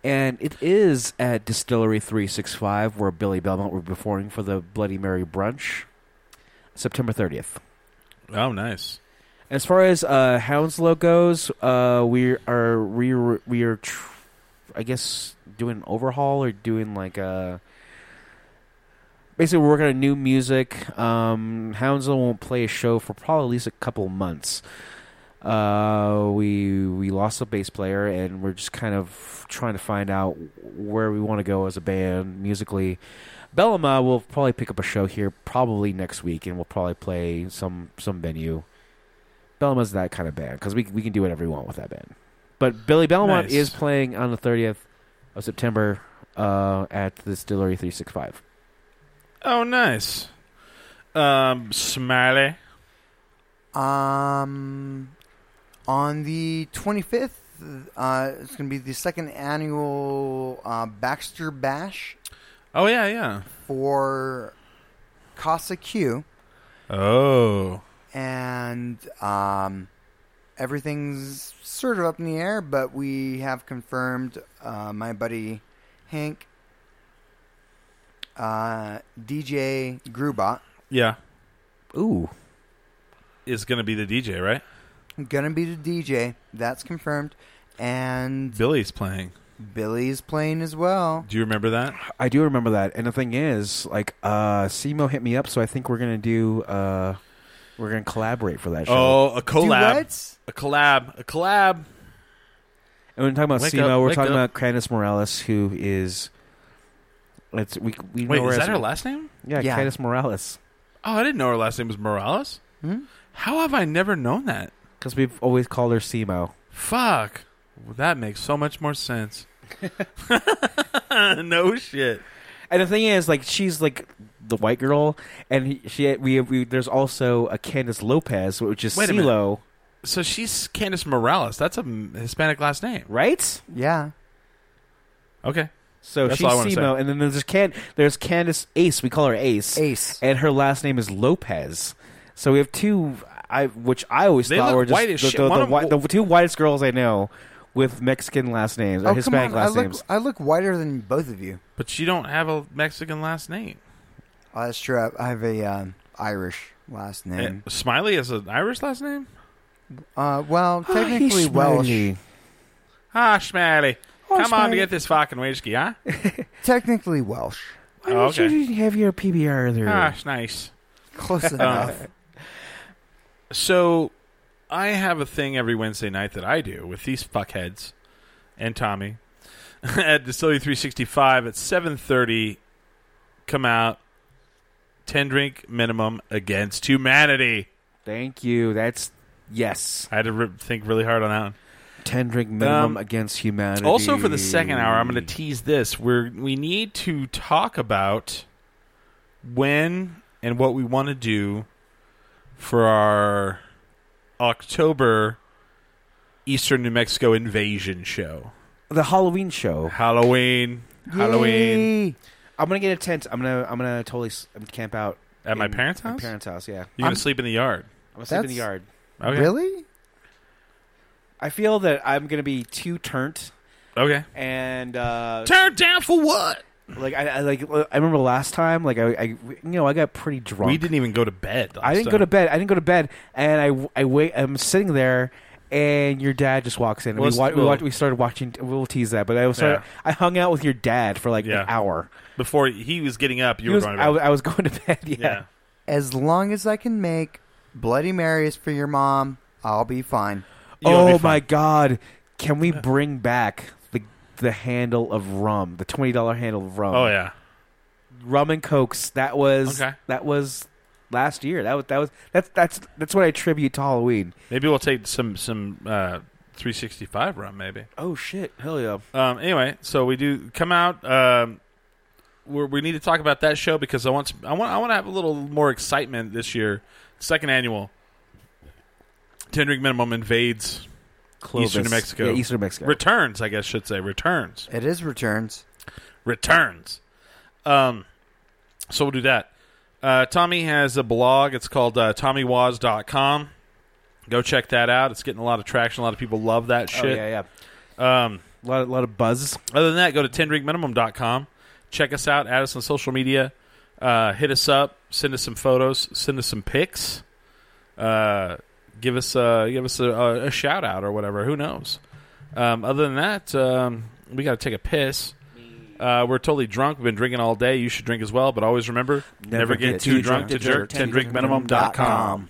S10: And it is at Distillery 365, where Billy Belmont will be performing for the Bloody Mary brunch, September 30th.
S3: Oh nice.
S10: As far as uh, Hounslow goes, uh, we are we are- we are, tr- I guess, doing an overhaul or doing like a. Basically, we're working on new music. Um, Hounslow won't play a show for probably at least a couple months.
S4: Uh, we we lost a bass player, and we're just kind of trying to find out where we want to go as a band musically. Bellama will probably pick up a show here probably next week, and we'll probably play some some venue. Bellama's that kind of band because we we can do whatever we want with that band. But Billy Belmont
S3: Nice.
S4: is playing on the thirtieth of September uh, at the Distillery Three Six Five.
S3: Oh, nice. Um, Smiley.
S2: Um, on the 25th, uh, it's going to be the second annual uh, Baxter Bash
S3: Oh yeah, yeah.
S2: for Casa Q,
S3: Oh,
S2: and um, everything's sort of up in the air, but we have confirmed uh, my buddy Hank, uh, DJ Grubot,
S3: yeah.
S4: Ooh,
S3: Is gonna be the DJ, right?
S2: gonna be the DJ. That's confirmed. And
S3: Billy's playing.
S2: Billy's playing as well.
S3: Do you remember that?
S4: I do remember that. And the thing is, like, uh, Simo hit me up, so I think we're gonna do uh, we're gonna collaborate for that show.
S3: Oh, a collab.
S2: Duets?
S3: A collab. A collab.
S4: And we're talking about
S3: Wake
S4: Simo.
S3: up,
S4: we're
S3: wake
S4: talking
S3: up.
S4: about Candice Morales, who is. It's we we
S3: Wait,
S4: know her
S3: is
S4: as-
S3: that her last name?
S4: Yeah,
S2: Yeah.
S4: Candice Morales.
S3: Oh, I didn't know her last name was Morales. How have I never known that?
S4: Because we've always called her Simo.
S3: Fuck. Well, that makes so much more sense. no shit.
S4: And the thing is, like, she's like the white girl, and he- she we, we there's also a Candice Lopez, which is
S3: Wait a minute.
S4: CeeLo,
S3: So she's Candice Morales. That's a mm, Hispanic last name.
S4: right?
S2: Yeah.
S3: Okay.
S4: So
S3: That's
S4: she's
S3: all I wanna say.
S4: Simo, and then there's Can there's Candice Ace. We call her Ace,
S2: Ace.
S4: and her last name is Lopez. So we have two, I which I always
S3: They
S4: thought
S3: look
S4: were just
S3: white as
S4: the,
S3: shit.
S4: The,
S3: One
S4: the,
S3: of-
S4: white- the two whitest girls I know with Mexican last names or
S2: Oh,
S4: Hispanic
S2: come on.
S4: last
S2: I look,
S4: names.
S2: I look whiter than both of you.
S3: But you don't have a Mexican last name.
S2: Oh, that's true. I I have a um, Irish last name.
S3: Eh, Smiley is an Irish last name?
S2: Uh, well,
S4: Ah,
S2: technically Welsh.
S3: Ah, Smiley. Come on
S4: Oh, Smiley.
S3: to get this fucking whiskey, huh?
S2: Technically Welsh.
S4: Why
S3: Oh,
S4: don't
S3: okay.
S4: you have your PBR there?
S3: Ah, it's nice.
S2: Close
S3: Uh,
S2: enough.
S3: So I have a thing every Wednesday night that I do with these fuckheads and Tommy at Distillery 365 at 7:30 come out 10 drink minimum against humanity.
S4: Thank you. That's yes.
S3: I had to re- think really hard on that one.
S4: Ten drink minimum
S3: Um,
S4: against humanity.
S3: Also for the second hour I'm going to tease this. We're we need to talk about when and what we want to do for our October Eastern New Mexico invasion show.
S4: the Halloween show.
S3: Halloween. Halloween.
S2: Yay.
S4: I'm gonna get a tent. I'm gonna I'm gonna totally s- camp out
S3: At my
S4: in-
S3: parents'
S4: my
S3: house?
S4: parents' house, yeah.
S3: You're going
S2: I'm-
S3: to sleep in the yard.
S4: I'm gonna sleep in the
S2: That's-
S4: yard.
S3: Okay.
S2: Really?
S4: I feel that I'm gonna be too turnt
S3: Okay.
S4: and uh,
S3: Turned down for what?
S4: like I, I like I remember last time like I, I you know I got pretty drunk.
S3: We didn't even go to bed.
S4: I didn't go to bed. I didn't go to bed, and I I wait. I'm sitting there. And your dad just walks in. And
S3: Let's-
S4: we, wa- we,
S3: we'll-
S4: wa- we started watching. We'll tease that, but I was
S3: Yeah.
S4: I hung out with your dad for like
S3: Yeah.
S4: an hour.
S3: Before he was getting up, you
S4: He
S3: were
S4: was-
S3: going to
S4: I,
S3: bed.
S4: was- I was going to bed. Yeah.
S3: yeah.
S2: As long as I can make Bloody Marys for your mom, I'll be fine.
S3: You'll be
S4: Oh
S3: fine.
S4: my god! Can we bring back the the handle of rum? The twenty dollar handle of rum.
S3: Oh, yeah.
S4: rum and cokes. That was
S3: Okay.
S4: that was last year. That was that was that's that's that's what I attribute to Halloween.
S3: Maybe we'll take some, some uh, 365 run, maybe.
S4: Oh shit! Hell yeah!
S3: Um, anyway, so we do come out. Um, we're, we need to talk about that show because I want some- I want I want to have a little more excitement this year. Second annual. Ten drink minimum invades Eastern New Mexico.
S4: Yeah, Eastern Mexico.
S3: Returns, I guess should say returns
S2: It is returns.
S3: returns. Um, so we'll do that. Uh, Tommy has a blog. It's called uh, TommyWaz.com. Go check that out. It's getting a lot of traction. A lot of people love that
S4: oh,
S3: shit.
S4: yeah, yeah. Um, a lot, lot of buzz.
S3: Other than that, go to 10drinkminimum.com. Check us out. Add us on social media. Uh, hit us up. Send us some photos. Send us some pics. Uh, give us uh, give us a, a, a shout out or whatever. Who knows? Um, other than that, um, we got to take a piss. Uh, we're totally drunk. We've been drinking all day. You should drink as well. But always remember, never, get, too, drunk, to jerk. 10drinkminimum.com.